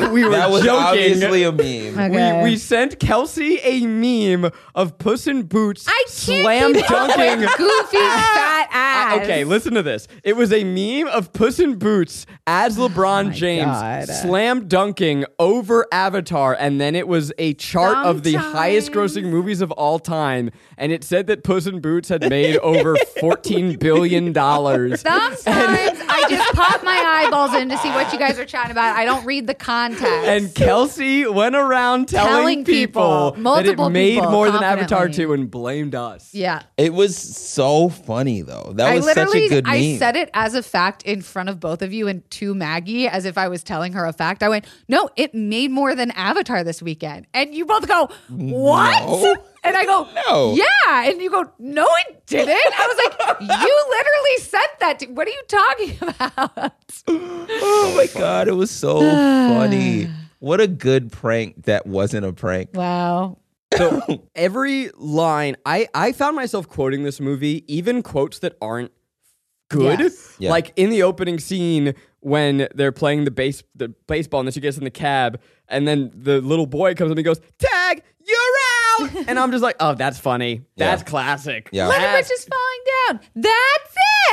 [SPEAKER 4] joke.
[SPEAKER 2] we were
[SPEAKER 4] that was
[SPEAKER 2] joking.
[SPEAKER 4] obviously a meme.
[SPEAKER 3] Okay.
[SPEAKER 2] We, we sent Kelsey a meme of Puss in Boots
[SPEAKER 3] I can't Oh
[SPEAKER 2] slam
[SPEAKER 3] keep up
[SPEAKER 2] dunking.
[SPEAKER 3] with goofy fat
[SPEAKER 2] I-
[SPEAKER 3] ass.
[SPEAKER 2] okay, listen to this. It was a meme of Puss in Boots as LeBron James
[SPEAKER 3] Oh God.
[SPEAKER 2] slam dunking over Avatar, and then it was a chart of the highest grossing movies of all time, and it said that Puss in Boots had made over $14 billion.
[SPEAKER 3] Sometimes I just pop my eyeballs in to see what you guys are chatting about. I don't read the context.
[SPEAKER 2] And Kelsey went around telling,
[SPEAKER 3] Telling people,
[SPEAKER 2] people, that
[SPEAKER 3] multiple
[SPEAKER 2] it made
[SPEAKER 3] people,
[SPEAKER 2] more than Avatar
[SPEAKER 3] confidently.
[SPEAKER 2] 2 and blamed us.
[SPEAKER 3] yeah.
[SPEAKER 4] It was so funny though. That
[SPEAKER 3] I
[SPEAKER 4] was such
[SPEAKER 3] literally
[SPEAKER 4] a good meme.
[SPEAKER 3] I said it as a fact in front of both of you and to Maggie as if I was telling her a fact. I went, "No, it made more than Avatar this weekend." And you both go, "What?"
[SPEAKER 4] No.
[SPEAKER 3] And I go,
[SPEAKER 4] No.
[SPEAKER 3] Yeah." And you go, "No, it didn't." I was like, "You literally said that. To- what are you talking about?"
[SPEAKER 4] Oh my god, it was so funny. What a good prank that wasn't a prank.
[SPEAKER 3] Wow.
[SPEAKER 2] So every line, I I found myself quoting this movie, even quotes that aren't good.
[SPEAKER 3] Yes.
[SPEAKER 4] Yeah.
[SPEAKER 2] Like in the opening scene when they're playing the base the baseball, and then she gets in the cab, and then the little boy comes up and he goes, "Tag, you're out," and I'm just like, "Oh, that's funny. That's classic.
[SPEAKER 4] Yeah.
[SPEAKER 3] Little
[SPEAKER 2] That's-
[SPEAKER 3] Witch is falling down. That's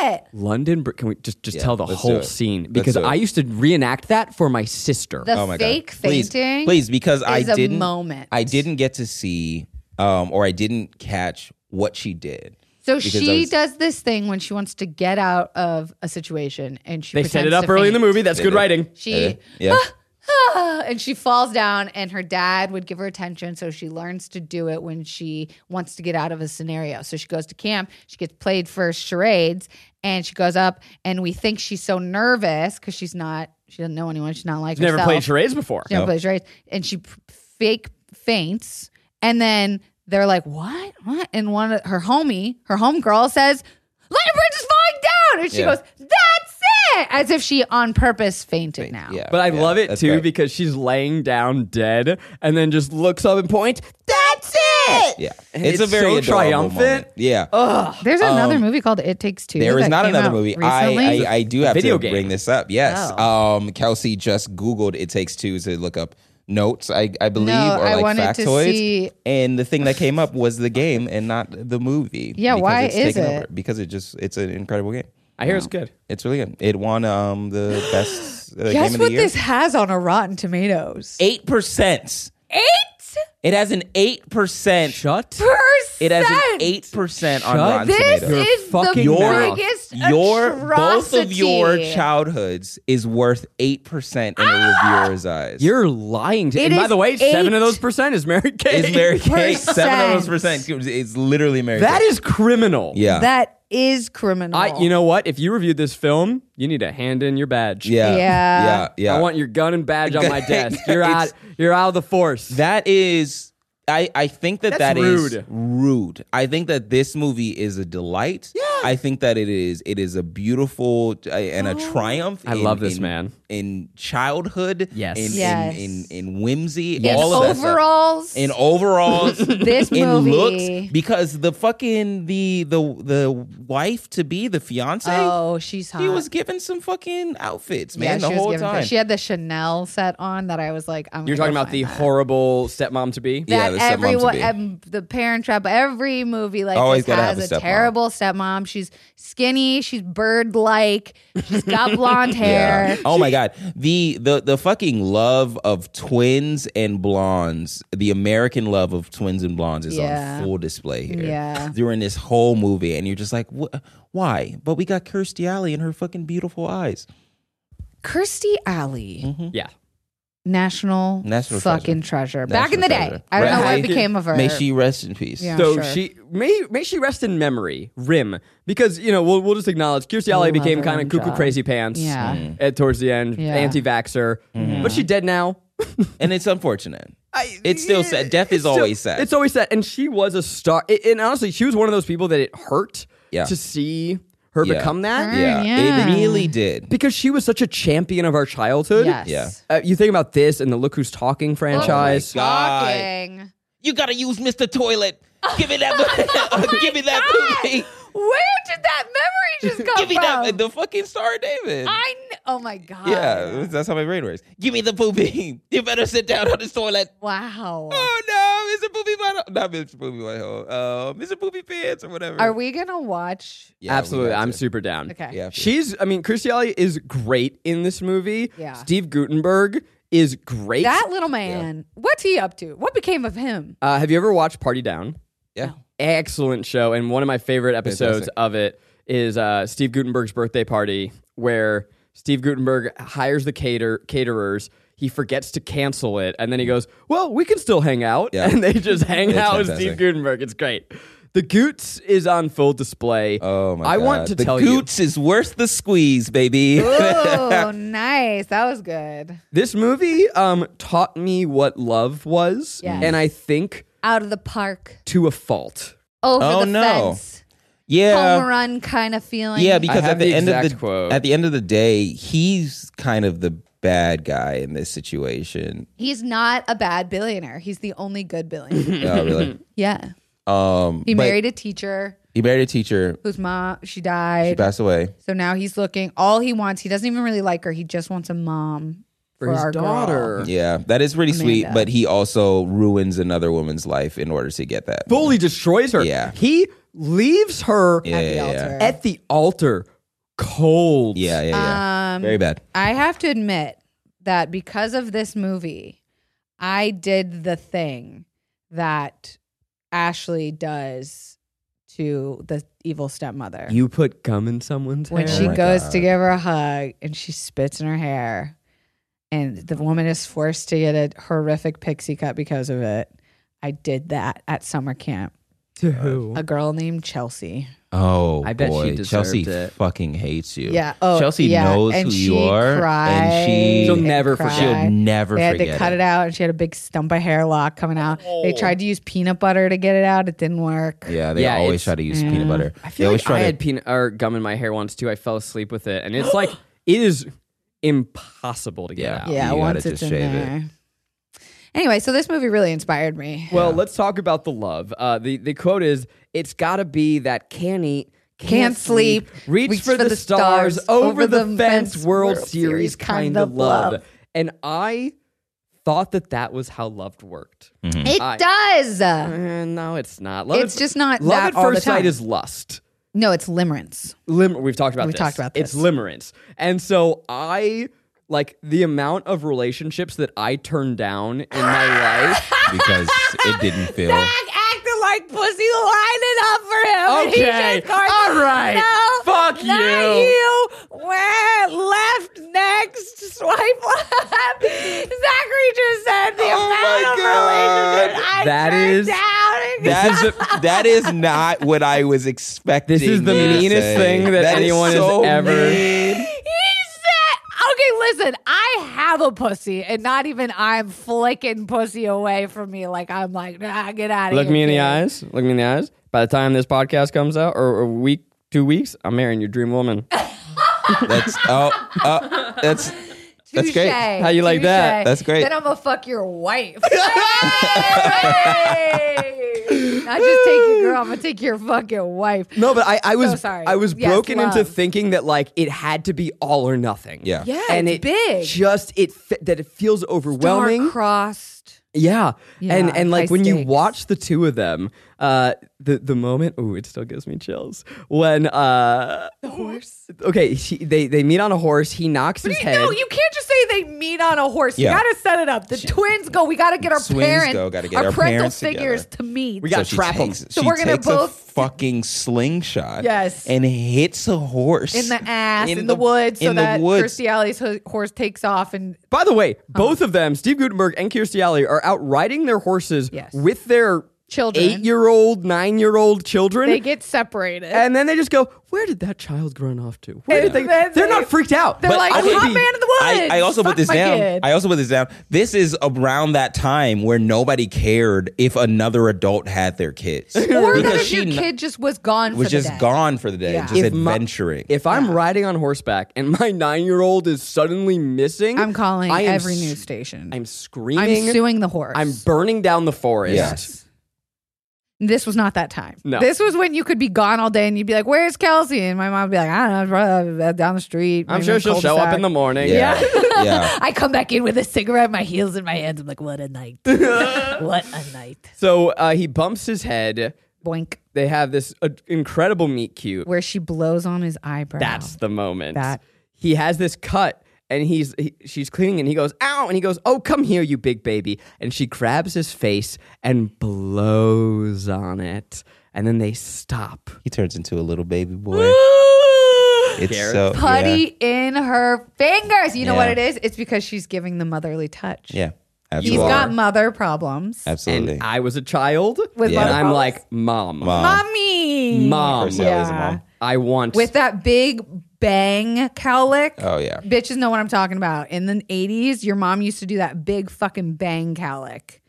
[SPEAKER 3] it.
[SPEAKER 2] London. Bri- Can we just just
[SPEAKER 4] Yeah,
[SPEAKER 2] tell the
[SPEAKER 4] let's do
[SPEAKER 2] whole
[SPEAKER 4] it.
[SPEAKER 2] scene
[SPEAKER 4] Let's
[SPEAKER 2] because
[SPEAKER 4] do it.
[SPEAKER 2] I used to reenact that for my sister.
[SPEAKER 3] The
[SPEAKER 4] Oh my
[SPEAKER 3] fake
[SPEAKER 4] god. Please,
[SPEAKER 3] fainting.
[SPEAKER 4] Please, because I
[SPEAKER 3] is a
[SPEAKER 4] didn't
[SPEAKER 3] moment.
[SPEAKER 4] I didn't get to see um or I didn't catch what she did.
[SPEAKER 3] So
[SPEAKER 4] Because I
[SPEAKER 3] she
[SPEAKER 4] was-
[SPEAKER 3] does this thing when she wants to get out of a situation, and she
[SPEAKER 2] they set
[SPEAKER 3] pretends
[SPEAKER 2] it up
[SPEAKER 3] to
[SPEAKER 2] early in the
[SPEAKER 3] faint.
[SPEAKER 2] movie. That's good
[SPEAKER 4] did.
[SPEAKER 2] writing.
[SPEAKER 3] She
[SPEAKER 4] Uh, yeah.
[SPEAKER 3] Ah. and she falls down, and her dad would give her attention, so she learns to do it when she wants to get out of a scenario. So she goes to camp, she gets played for charades, and she goes up, and we think she's so nervous because she's not, she doesn't know anyone, she's not like
[SPEAKER 2] Never
[SPEAKER 3] herself.
[SPEAKER 2] played charades before.
[SPEAKER 3] She never plays charades, and she p- fake faints, and then they're like, "What? What?" And one of her homie, her homegirl, says, "Lightning Bridge is falling down," and she
[SPEAKER 4] Yeah.
[SPEAKER 3] goes, "That's it!" As if she on purpose fainted. Now,
[SPEAKER 4] Yeah.
[SPEAKER 2] But I
[SPEAKER 4] yeah,
[SPEAKER 2] love it
[SPEAKER 4] that's
[SPEAKER 2] too
[SPEAKER 4] great.
[SPEAKER 2] because she's laying down dead and then just looks up and points. That's it.
[SPEAKER 4] yeah.
[SPEAKER 2] And it's so
[SPEAKER 4] adorable
[SPEAKER 2] triumphant. Oh,
[SPEAKER 4] moment. Yeah.
[SPEAKER 3] There's another movie called It Takes Two.
[SPEAKER 4] Um, There is
[SPEAKER 3] that
[SPEAKER 4] not
[SPEAKER 3] came
[SPEAKER 4] another
[SPEAKER 3] out
[SPEAKER 4] movie. I,
[SPEAKER 3] Recently.
[SPEAKER 4] I I do have
[SPEAKER 2] Video
[SPEAKER 4] to
[SPEAKER 2] game.
[SPEAKER 4] bring this up. Yes.
[SPEAKER 3] Oh.
[SPEAKER 4] Um Kelsey just Googled it takes two to look up notes, I, I believe,
[SPEAKER 3] No,
[SPEAKER 4] or
[SPEAKER 3] I
[SPEAKER 4] like
[SPEAKER 3] wanted to
[SPEAKER 4] factoids.
[SPEAKER 3] see-
[SPEAKER 4] And the thing that came up was the game and not the movie.
[SPEAKER 3] Yeah,
[SPEAKER 4] because
[SPEAKER 3] why
[SPEAKER 4] it's
[SPEAKER 3] is
[SPEAKER 4] taken
[SPEAKER 3] it?
[SPEAKER 4] Over. Because it just it's an incredible game.
[SPEAKER 2] I hear it's good.
[SPEAKER 4] It's really good. It won um the best uh, game
[SPEAKER 3] Guess
[SPEAKER 4] of
[SPEAKER 3] what
[SPEAKER 4] the year.
[SPEAKER 3] this has on a Rotten Tomatoes?
[SPEAKER 4] Eight percent.
[SPEAKER 3] Eight
[SPEAKER 4] It has an eight percent.
[SPEAKER 2] Shut
[SPEAKER 3] percent.
[SPEAKER 4] It has an eight percent on
[SPEAKER 2] Shut
[SPEAKER 4] Rotten
[SPEAKER 3] This
[SPEAKER 4] Tomatoes.
[SPEAKER 3] is the
[SPEAKER 2] fucking mouth.
[SPEAKER 3] biggest
[SPEAKER 4] your both of your
[SPEAKER 3] atrocity.
[SPEAKER 4] childhoods is worth eight percent in
[SPEAKER 3] Ah!
[SPEAKER 4] a reviewer's eyes.
[SPEAKER 2] You're lying to.
[SPEAKER 3] It
[SPEAKER 2] and by
[SPEAKER 3] is
[SPEAKER 2] the way, seven of
[SPEAKER 3] eight.
[SPEAKER 2] those percent is Mary Kay.
[SPEAKER 4] is Mary Kay seven of those
[SPEAKER 3] Percent.
[SPEAKER 4] percent. It's literally Mary.
[SPEAKER 2] That
[SPEAKER 4] Kay.
[SPEAKER 2] is criminal.
[SPEAKER 4] yeah,
[SPEAKER 3] That is criminal.
[SPEAKER 2] I. You know what? If you reviewed this film, you need to hand in your badge.
[SPEAKER 4] yeah,
[SPEAKER 3] Yeah.
[SPEAKER 4] yeah, yeah.
[SPEAKER 2] I want your gun and badge on my desk. You're out.
[SPEAKER 4] It's-
[SPEAKER 2] You're out of the force.
[SPEAKER 4] that is. I, I think that
[SPEAKER 2] That's
[SPEAKER 4] that is
[SPEAKER 2] rude.
[SPEAKER 4] rude. I think that this movie is a delight. Yeah. I think that it is it is a beautiful uh, and a
[SPEAKER 2] Oh.
[SPEAKER 4] triumph.
[SPEAKER 2] I
[SPEAKER 4] in-
[SPEAKER 2] love this
[SPEAKER 4] in-
[SPEAKER 2] man.
[SPEAKER 4] in childhood.
[SPEAKER 2] Yes.
[SPEAKER 4] in
[SPEAKER 3] Yes.
[SPEAKER 4] In, in in whimsy.
[SPEAKER 3] in
[SPEAKER 4] all of that stuff.
[SPEAKER 3] overalls.
[SPEAKER 4] in overalls
[SPEAKER 3] This
[SPEAKER 4] in
[SPEAKER 3] movie.
[SPEAKER 4] looks because the fucking the the the wife to be the fiance
[SPEAKER 3] oh, she's hot.
[SPEAKER 4] he was giving some fucking outfits man the
[SPEAKER 3] she was
[SPEAKER 4] whole
[SPEAKER 3] giving-
[SPEAKER 4] time
[SPEAKER 3] She had the Chanel set on that I was like, I'm.
[SPEAKER 2] You're
[SPEAKER 3] gonna
[SPEAKER 2] talking
[SPEAKER 3] go
[SPEAKER 2] about the
[SPEAKER 3] find that.
[SPEAKER 2] horrible stepmom to be.
[SPEAKER 4] Yeah,
[SPEAKER 3] that
[SPEAKER 4] the stepmom to
[SPEAKER 3] everyone,
[SPEAKER 4] be.
[SPEAKER 3] um, the Parent Trap, every movie like
[SPEAKER 4] Always
[SPEAKER 3] this
[SPEAKER 4] gotta have
[SPEAKER 3] has a,
[SPEAKER 4] a stepmom.
[SPEAKER 3] terrible stepmom. She's skinny, she's bird-like, she's got blonde hair.
[SPEAKER 4] yeah. Oh my god. The the the fucking love of twins and blondes, the American love of twins and blondes is
[SPEAKER 3] Yeah.
[SPEAKER 4] on full display here.
[SPEAKER 3] Yeah.
[SPEAKER 4] During this whole movie and you're just like, "Wh- why? But we got Kirstie Alley and her fucking beautiful eyes.
[SPEAKER 3] Kirstie Alley,
[SPEAKER 2] Yeah.
[SPEAKER 3] national,
[SPEAKER 4] Mm-hmm. National
[SPEAKER 3] fucking treasure. Back in the day,
[SPEAKER 4] Treasure.
[SPEAKER 3] I don't know
[SPEAKER 4] Right.
[SPEAKER 3] what
[SPEAKER 4] Thank you.
[SPEAKER 3] became of her.
[SPEAKER 4] May she rest in peace.
[SPEAKER 3] Yeah.
[SPEAKER 2] So
[SPEAKER 3] sure.
[SPEAKER 2] she may may she rest in memory, Rim, because you know we'll we'll just acknowledge Kirstie Alley
[SPEAKER 3] Love
[SPEAKER 2] became
[SPEAKER 3] her
[SPEAKER 2] kind
[SPEAKER 3] rim
[SPEAKER 2] of cuckoo
[SPEAKER 3] job.
[SPEAKER 2] crazy pants.
[SPEAKER 3] Yeah.
[SPEAKER 4] Mm-hmm.
[SPEAKER 2] At towards the end,
[SPEAKER 3] Yeah.
[SPEAKER 2] anti-vaxer, but she dead now.
[SPEAKER 4] And it's unfortunate. it's still sad. Death is
[SPEAKER 2] It's still-
[SPEAKER 4] always sad.
[SPEAKER 2] It's always sad, and she was a star. it- and honestly, she was one of those people that it hurt
[SPEAKER 4] Yeah.
[SPEAKER 2] to see her
[SPEAKER 4] Yeah.
[SPEAKER 2] become that
[SPEAKER 4] yeah,
[SPEAKER 3] Mm, Yeah.
[SPEAKER 4] It really did.
[SPEAKER 2] because she was such a champion of our childhood.
[SPEAKER 3] yes.
[SPEAKER 4] Yeah.
[SPEAKER 2] Uh, you think about this and the Look Who's Talking franchise.
[SPEAKER 4] Oh God.
[SPEAKER 3] Talking.
[SPEAKER 4] You gotta use Mr. Toilet. Give me
[SPEAKER 3] Oh
[SPEAKER 4] that. give me that movie.
[SPEAKER 3] Where did that memory just come
[SPEAKER 4] Give me
[SPEAKER 3] from?
[SPEAKER 4] that. The fucking Star David.
[SPEAKER 3] I kn- oh my god.
[SPEAKER 4] yeah, that's how my brain works. Give me the poopy. You better sit down on the toilet.
[SPEAKER 3] Wow.
[SPEAKER 4] Oh no, Mr. Poopy Butthole. Not Mr. Poopy Butthole. Uh, Mr. Poopy Pants or whatever.
[SPEAKER 3] Are we gonna watch?
[SPEAKER 4] Yeah, we
[SPEAKER 2] Absolutely.
[SPEAKER 4] got
[SPEAKER 2] I'm
[SPEAKER 4] to.
[SPEAKER 2] super down.
[SPEAKER 3] Okay.
[SPEAKER 4] Yeah.
[SPEAKER 2] She's, I mean, Christy Alley is great in this movie.
[SPEAKER 3] Yeah.
[SPEAKER 2] Steve Gutenberg is great.
[SPEAKER 3] That little man, what's he up to? What became of him?
[SPEAKER 2] uh, have you ever watched Party Down?
[SPEAKER 4] Yeah.
[SPEAKER 2] excellent show and one of my favorite episodes
[SPEAKER 4] Fantastic.
[SPEAKER 2] of it is uh, steve gutenberg's birthday party where steve gutenberg hires the cater caterers he forgets to cancel it and then he goes well we can still hang out
[SPEAKER 4] Yeah.
[SPEAKER 2] and they just hang
[SPEAKER 4] It's
[SPEAKER 2] out with
[SPEAKER 4] fantastic.
[SPEAKER 2] steve gutenberg it's great the goots is on full display
[SPEAKER 4] Oh my
[SPEAKER 2] i
[SPEAKER 4] god.
[SPEAKER 2] want to
[SPEAKER 4] the
[SPEAKER 2] tell you
[SPEAKER 4] Goots is worth the squeeze, baby.
[SPEAKER 3] Oh, nice. That was good.
[SPEAKER 2] this movie um, taught me what love was
[SPEAKER 3] Yes.
[SPEAKER 2] and i think
[SPEAKER 3] Out of the park,
[SPEAKER 2] to a fault
[SPEAKER 3] over
[SPEAKER 4] Oh,
[SPEAKER 3] the
[SPEAKER 4] no.
[SPEAKER 3] fence,
[SPEAKER 4] yeah.
[SPEAKER 3] home run kind of feeling.
[SPEAKER 4] Yeah, because
[SPEAKER 2] have
[SPEAKER 4] at the,
[SPEAKER 2] the
[SPEAKER 4] end of the
[SPEAKER 2] exact quote.
[SPEAKER 4] at the end of the day, he's kind of the bad guy in this situation.
[SPEAKER 3] he's not a bad billionaire. He's the only good billionaire.
[SPEAKER 4] Oh, really?
[SPEAKER 3] yeah,
[SPEAKER 4] Um,
[SPEAKER 3] he
[SPEAKER 4] but
[SPEAKER 3] married a teacher
[SPEAKER 4] He married a teacher.
[SPEAKER 3] whose mom she
[SPEAKER 4] She
[SPEAKER 3] died.
[SPEAKER 4] passed away.
[SPEAKER 3] so now he's looking. All he wants, he doesn't even really like her. He just wants a mom
[SPEAKER 2] for his
[SPEAKER 3] our girl.
[SPEAKER 2] daughter
[SPEAKER 4] Yeah, that is pretty sweet.
[SPEAKER 3] Amanda.
[SPEAKER 4] But he also ruins another woman's life in order to get that.
[SPEAKER 2] fully destroys her
[SPEAKER 4] Yeah.
[SPEAKER 2] he leaves her
[SPEAKER 4] yeah,
[SPEAKER 3] at the
[SPEAKER 4] yeah, yeah,
[SPEAKER 3] altar.
[SPEAKER 2] at the altar cold
[SPEAKER 4] yeah, yeah, yeah.
[SPEAKER 3] Um,
[SPEAKER 4] Very bad.
[SPEAKER 3] I have to admit that because of this movie, I did the thing that Ashley does to the evil stepmother.
[SPEAKER 2] you put gum in someone's
[SPEAKER 3] when
[SPEAKER 2] hair?
[SPEAKER 3] she
[SPEAKER 4] Oh my
[SPEAKER 3] goes
[SPEAKER 4] God.
[SPEAKER 3] to give her a hug and she spits in her hair, and the woman is forced to get a horrific pixie cut because of it. I did that at summer camp.
[SPEAKER 2] to who
[SPEAKER 3] A girl named Chelsea.
[SPEAKER 4] Oh,
[SPEAKER 2] I bet she
[SPEAKER 4] boy.
[SPEAKER 2] deserved
[SPEAKER 4] Chelsea
[SPEAKER 2] it.
[SPEAKER 4] fucking hates you.
[SPEAKER 3] Yeah. Oh,
[SPEAKER 4] Chelsea
[SPEAKER 3] yeah.
[SPEAKER 4] knows
[SPEAKER 3] And
[SPEAKER 4] who
[SPEAKER 3] she
[SPEAKER 4] you are, and she
[SPEAKER 3] cried
[SPEAKER 2] She'll never
[SPEAKER 3] and
[SPEAKER 2] forget.
[SPEAKER 4] she'll
[SPEAKER 3] cried.
[SPEAKER 4] never
[SPEAKER 3] They had
[SPEAKER 4] forget.
[SPEAKER 3] to cut it. out, and she had a big stump of hair lock coming out. They tried to use peanut butter to get it out; it didn't work.
[SPEAKER 4] Yeah, they
[SPEAKER 2] Yeah,
[SPEAKER 4] always
[SPEAKER 2] it's-
[SPEAKER 4] try to use
[SPEAKER 3] yeah.
[SPEAKER 4] peanut butter.
[SPEAKER 2] i
[SPEAKER 4] they
[SPEAKER 2] feel
[SPEAKER 4] always
[SPEAKER 2] like i
[SPEAKER 4] try
[SPEAKER 2] had
[SPEAKER 4] to.
[SPEAKER 2] peanut or gum in my hair once too i fell asleep with it and it's like it is impossible to get
[SPEAKER 4] Yeah.
[SPEAKER 2] out
[SPEAKER 3] Yeah,
[SPEAKER 4] You gotta
[SPEAKER 3] once it's
[SPEAKER 4] just
[SPEAKER 3] in
[SPEAKER 4] shave it.
[SPEAKER 3] there. Anyway, so this movie really inspired me.
[SPEAKER 2] well let's talk about the love uh, the, the quote is it's gotta be that can eat can't,
[SPEAKER 3] Can't sleep,
[SPEAKER 2] reach,
[SPEAKER 3] reach
[SPEAKER 2] for, the stars, over the, fence, world, series kind of love. and i thought that that was how loved worked
[SPEAKER 4] Mm-hmm.
[SPEAKER 3] It
[SPEAKER 2] I-
[SPEAKER 3] does.
[SPEAKER 2] Uh, no, Mm. it's not. Love
[SPEAKER 3] It's
[SPEAKER 2] at-
[SPEAKER 3] just not
[SPEAKER 2] Love
[SPEAKER 3] that
[SPEAKER 2] at
[SPEAKER 3] all the
[SPEAKER 2] first sight
[SPEAKER 3] time.
[SPEAKER 2] is lust.
[SPEAKER 3] no, it's limerence.
[SPEAKER 2] Lim- we've talked about.
[SPEAKER 3] We've
[SPEAKER 2] this.
[SPEAKER 3] talked about
[SPEAKER 2] It's
[SPEAKER 3] this.
[SPEAKER 2] limerence, and so I like the amount of relationships that I turned down in my life.
[SPEAKER 4] because it didn't feel.
[SPEAKER 3] acting like pussy, line it up for him.
[SPEAKER 2] Okay, all right. Fuck you."
[SPEAKER 3] you. Where left next? Swipe left. Zachary just said the
[SPEAKER 4] my God.
[SPEAKER 2] Oh That is-
[SPEAKER 3] down.
[SPEAKER 4] That's that is not what I was expecting.
[SPEAKER 2] This is the
[SPEAKER 4] you to
[SPEAKER 2] meanest
[SPEAKER 4] say.
[SPEAKER 2] thing that
[SPEAKER 4] is
[SPEAKER 2] anyone has
[SPEAKER 4] so
[SPEAKER 2] ever-
[SPEAKER 4] mean.
[SPEAKER 3] He said, "Okay, listen. I have a pussy, and not even I'm flicking pussy away from me. Like I'm like, nah, get out of here.
[SPEAKER 2] Look me in the
[SPEAKER 3] kid."
[SPEAKER 2] eyes. Look me in the eyes. By the time this podcast comes out, or a week, two weeks, I'm marrying your dream woman.
[SPEAKER 4] That's oh, oh that's that's great.
[SPEAKER 3] Touche,
[SPEAKER 2] How you like that?
[SPEAKER 3] touche.
[SPEAKER 4] That's great.
[SPEAKER 3] Then I'm gonna fuck your wife. Hey! Not just take your girl. I'm gonna take your fucking wife.
[SPEAKER 2] No, but I, I was
[SPEAKER 3] sorry.
[SPEAKER 2] I was
[SPEAKER 3] Yes,
[SPEAKER 2] broken into
[SPEAKER 3] love.
[SPEAKER 2] thinking that like it had to be all or nothing.
[SPEAKER 4] Yeah.
[SPEAKER 3] Yeah,
[SPEAKER 2] and
[SPEAKER 3] it's
[SPEAKER 2] it
[SPEAKER 3] big.
[SPEAKER 2] just it fe- that it feels overwhelming.
[SPEAKER 3] crossed.
[SPEAKER 2] Yeah.
[SPEAKER 3] Yeah,
[SPEAKER 2] And and like
[SPEAKER 3] high
[SPEAKER 2] when you
[SPEAKER 3] stakes.
[SPEAKER 2] watch the two of them, uh the the moment, ooh, it still gives me chills. When uh the horse. Okay, she, they they meet on a horse, he knocks his head.
[SPEAKER 3] No, you can't just say they meet on a horse.
[SPEAKER 4] Yeah.
[SPEAKER 3] You gotta set it up. The twins go. We gotta get our
[SPEAKER 4] Twins
[SPEAKER 3] parents,
[SPEAKER 4] go, gotta get
[SPEAKER 3] our,
[SPEAKER 4] our
[SPEAKER 3] parental
[SPEAKER 4] parents
[SPEAKER 3] figures
[SPEAKER 4] together.
[SPEAKER 3] to meet.
[SPEAKER 2] We got- gotta
[SPEAKER 4] she
[SPEAKER 2] trap 'em.
[SPEAKER 4] takes,
[SPEAKER 3] So
[SPEAKER 4] she
[SPEAKER 3] we're gonna
[SPEAKER 4] takes
[SPEAKER 3] both-
[SPEAKER 4] a fucking slingshot.
[SPEAKER 3] Yes.
[SPEAKER 4] and hits a horse
[SPEAKER 3] in the ass, in,
[SPEAKER 4] In
[SPEAKER 3] the,
[SPEAKER 4] the-
[SPEAKER 3] woods, so
[SPEAKER 4] in the
[SPEAKER 3] that
[SPEAKER 4] woods.
[SPEAKER 3] Kirstie Alley's ho- horse takes off and
[SPEAKER 2] By the
[SPEAKER 3] Oh.
[SPEAKER 2] way, both of them, Steve Gutenberg and Kirstie Alley, are out riding their horses
[SPEAKER 3] Yes.
[SPEAKER 2] with their
[SPEAKER 3] Children.
[SPEAKER 2] eight-year-old, nine-year-old children.
[SPEAKER 3] they get separated.
[SPEAKER 2] and then they just go, "Where did that child run off to?" Where did
[SPEAKER 3] And then
[SPEAKER 2] they, are
[SPEAKER 3] they-
[SPEAKER 2] not freaked out.
[SPEAKER 3] they're like,
[SPEAKER 2] I would
[SPEAKER 3] "Hot
[SPEAKER 2] be-
[SPEAKER 3] man in the woods."
[SPEAKER 4] I, I also
[SPEAKER 3] Fuck
[SPEAKER 4] put this
[SPEAKER 3] my
[SPEAKER 4] down.
[SPEAKER 3] kid.
[SPEAKER 4] I also put this down. This is around that time where nobody cared if another adult had their kids.
[SPEAKER 3] or that
[SPEAKER 4] because
[SPEAKER 3] if your
[SPEAKER 4] she kn-
[SPEAKER 3] kid just was gone
[SPEAKER 4] was
[SPEAKER 3] for the
[SPEAKER 4] just
[SPEAKER 3] day.
[SPEAKER 4] gone for the day,
[SPEAKER 3] Yeah.
[SPEAKER 4] just
[SPEAKER 2] If my-
[SPEAKER 4] adventuring.
[SPEAKER 2] If I'm riding on horseback and my nine-year-old is suddenly missing,
[SPEAKER 3] I'm calling
[SPEAKER 2] I am
[SPEAKER 3] every
[SPEAKER 2] s-
[SPEAKER 3] news station.
[SPEAKER 2] I'm
[SPEAKER 3] I'm,
[SPEAKER 2] screaming.
[SPEAKER 3] suing the horse.
[SPEAKER 2] I'm burning down the forest.
[SPEAKER 4] Yes.
[SPEAKER 3] this was not that time.
[SPEAKER 2] No.
[SPEAKER 3] This was when you could be gone all day and you'd be like, Where's Kelsey? And my mom would be like, I don't know, probably down the street.
[SPEAKER 2] I'm
[SPEAKER 3] maybe
[SPEAKER 2] sure
[SPEAKER 3] in
[SPEAKER 2] she'll show up in the morning.
[SPEAKER 4] yeah, yeah.
[SPEAKER 3] I come back in with a cigarette, my heels in my hands. I'm like, What a night. what a night.
[SPEAKER 2] So uh, he bumps his head.
[SPEAKER 3] Boink.
[SPEAKER 2] They have this uh, incredible meet cute.
[SPEAKER 3] Where she blows on his eyebrow.
[SPEAKER 2] That's the moment.
[SPEAKER 3] That-
[SPEAKER 2] He has this cut. and he's he, she's cleaning and he goes ow and he goes oh come here you big baby and she grabs his face and blows on it and then they stop
[SPEAKER 4] He turns into a little baby boy. it's so yeah.
[SPEAKER 3] Putty in her fingers. You know
[SPEAKER 4] Yeah.
[SPEAKER 3] what it is? It's because she's giving the motherly touch.
[SPEAKER 4] Yeah,
[SPEAKER 3] He's
[SPEAKER 4] absolutely.
[SPEAKER 3] got mother problems.
[SPEAKER 4] absolutely.
[SPEAKER 2] and I was a child
[SPEAKER 3] With
[SPEAKER 4] Yeah.
[SPEAKER 2] and I'm
[SPEAKER 3] mother
[SPEAKER 2] like mom mom,
[SPEAKER 4] Mom.
[SPEAKER 3] Mommy.
[SPEAKER 4] Marcel is a mom.
[SPEAKER 2] I want
[SPEAKER 3] With that big bang cowlick.
[SPEAKER 4] Oh yeah.
[SPEAKER 3] Bitches know what I'm talking about. In the 80s, your mom used to do that big fucking bang cowlick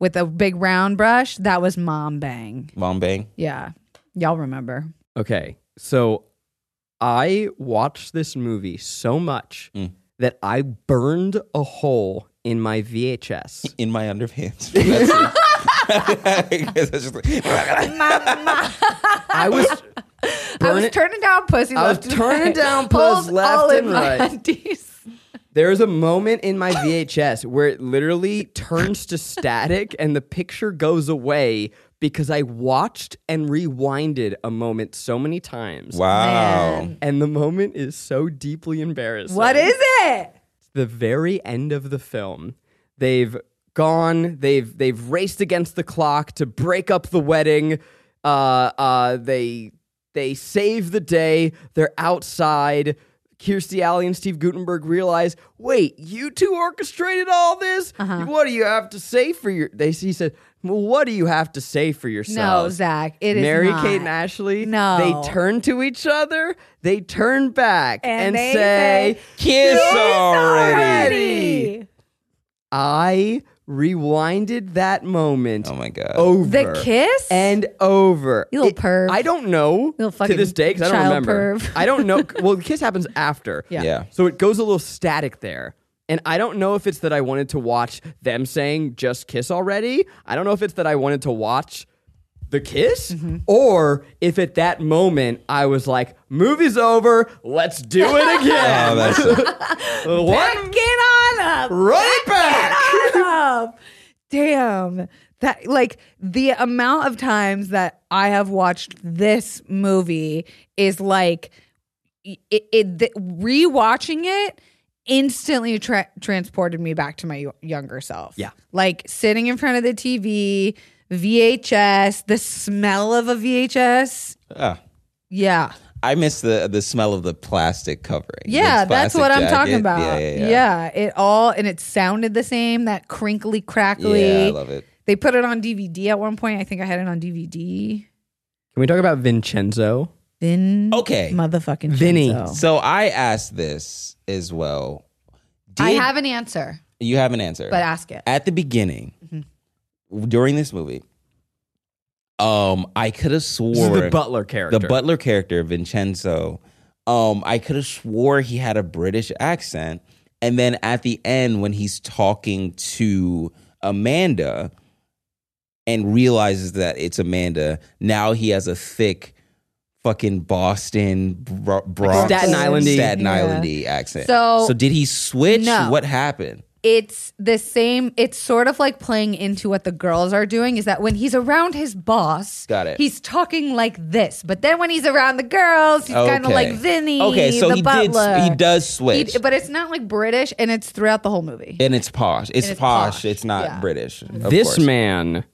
[SPEAKER 3] with a big round brush. That was mom bang.
[SPEAKER 4] Mom bang.
[SPEAKER 3] Yeah. Y'all remember.
[SPEAKER 2] Okay. So I watched this movie so much
[SPEAKER 4] Mm.
[SPEAKER 2] that I burned a hole in my VHS.
[SPEAKER 4] in my underpants. That's it. 'Cause it's just like-
[SPEAKER 3] Mama.
[SPEAKER 2] I was
[SPEAKER 3] I was
[SPEAKER 2] burning
[SPEAKER 3] turning down pussy.
[SPEAKER 2] I
[SPEAKER 3] left
[SPEAKER 2] was
[SPEAKER 3] and right.
[SPEAKER 2] turning down puss
[SPEAKER 3] Hold
[SPEAKER 2] left
[SPEAKER 3] all
[SPEAKER 2] and
[SPEAKER 3] in my
[SPEAKER 2] right.
[SPEAKER 3] undies.
[SPEAKER 2] There's a moment in my VHS where it literally turns to static and the picture goes away because I watched and rewinded a moment so many times.
[SPEAKER 4] wow.
[SPEAKER 3] Man.
[SPEAKER 2] And the moment is so deeply embarrassing.
[SPEAKER 3] What is it?
[SPEAKER 2] the very end of the film. They've gone. They've they've raced against the clock to break up the wedding. Uh, uh, they they save the day. They're outside. Kirstie Alley and Steve Gutenberg realize, wait, you two orchestrated all this.
[SPEAKER 3] Uh-huh.
[SPEAKER 2] What do you have to say for your? They he said, well, what do you have to say for yourself?
[SPEAKER 3] No, Zach. It is
[SPEAKER 2] Mary
[SPEAKER 3] not.
[SPEAKER 2] Kate and Ashley.
[SPEAKER 3] No.
[SPEAKER 2] they turn to each other. They turn back
[SPEAKER 3] And
[SPEAKER 2] and,
[SPEAKER 3] they say,
[SPEAKER 2] say,
[SPEAKER 4] Kiss already.
[SPEAKER 3] Already.
[SPEAKER 2] I rewinded that moment
[SPEAKER 4] Oh my god.
[SPEAKER 2] over
[SPEAKER 3] The kiss?
[SPEAKER 2] and over.
[SPEAKER 3] You little perv.
[SPEAKER 2] I don't know
[SPEAKER 3] little
[SPEAKER 2] to
[SPEAKER 3] fucking
[SPEAKER 2] this day because I
[SPEAKER 3] child
[SPEAKER 2] don't remember.
[SPEAKER 3] perv.
[SPEAKER 2] I don't know. Well, the kiss happens after.
[SPEAKER 3] Yeah.
[SPEAKER 4] Yeah.
[SPEAKER 2] So it goes a little static there. And I don't know if it's that I wanted to watch them saying just kiss already. I don't know if it's that I wanted to watch the kiss
[SPEAKER 3] Mm-hmm.
[SPEAKER 2] or if at that moment I was like, movie's over, let's do it
[SPEAKER 4] Oh,
[SPEAKER 2] again.
[SPEAKER 4] that's
[SPEAKER 2] One,
[SPEAKER 3] Get on up.
[SPEAKER 2] run it back.
[SPEAKER 3] up. Damn. That like the amount of times that I have watched this movie is like it, it th- rewatching it instantly tra- transported me back to my y- younger self.
[SPEAKER 2] Yeah.
[SPEAKER 3] Like sitting in front of the TV, VHS, the smell of a VHS.
[SPEAKER 4] ah.
[SPEAKER 3] Yeah.
[SPEAKER 4] I miss the the smell of the plastic covering.
[SPEAKER 3] Yeah,
[SPEAKER 4] The
[SPEAKER 3] that's
[SPEAKER 4] plastic
[SPEAKER 3] what I'm
[SPEAKER 4] jacket.
[SPEAKER 3] talking about.
[SPEAKER 4] Yeah, yeah, yeah.
[SPEAKER 3] it all and it sounded the same, that crinkly crackly.
[SPEAKER 4] Yeah, I love it.
[SPEAKER 3] They put it on DVD at one point. I think I had it on DVD.
[SPEAKER 2] Can we talk about Vincenzo?
[SPEAKER 3] Vin,
[SPEAKER 4] Okay.
[SPEAKER 3] motherfucking
[SPEAKER 2] Vinny.
[SPEAKER 3] Shinzo.
[SPEAKER 4] So I asked this as well.
[SPEAKER 3] I
[SPEAKER 4] Did-
[SPEAKER 3] have an answer,
[SPEAKER 4] You have an answer,
[SPEAKER 3] but Mm-hmm. ask it.
[SPEAKER 4] at the beginning during this movie, um, I could have
[SPEAKER 2] This is
[SPEAKER 4] sworn
[SPEAKER 2] the Butler character.
[SPEAKER 4] The butler character, Vincenzo. Um, I could have swore he had a British accent. And then at the end, when he's talking to Amanda and realizes that it's Amanda, now he has a thick fucking Boston, Bro- Bronx,
[SPEAKER 2] Staten Island-y.
[SPEAKER 4] Staten
[SPEAKER 3] Yeah.
[SPEAKER 4] Island-y accent.
[SPEAKER 3] So-
[SPEAKER 4] did he switch?
[SPEAKER 3] No.
[SPEAKER 4] What happened?
[SPEAKER 3] It's the same. It's sort of like playing into what the girls are doing. Is that when he's around his boss,
[SPEAKER 4] Got it.
[SPEAKER 3] He's talking like this, but then when he's around the girls, he's kind of like Vinny.
[SPEAKER 4] Okay, so
[SPEAKER 3] the
[SPEAKER 4] he
[SPEAKER 3] butler.
[SPEAKER 4] did. He does switch,
[SPEAKER 3] He- but it's not like British, and it's throughout the whole movie.
[SPEAKER 4] and it's posh. It's,
[SPEAKER 3] it's
[SPEAKER 4] posh.
[SPEAKER 3] posh.
[SPEAKER 4] It's not
[SPEAKER 3] Yeah.
[SPEAKER 4] British. of
[SPEAKER 2] this
[SPEAKER 4] course.
[SPEAKER 2] man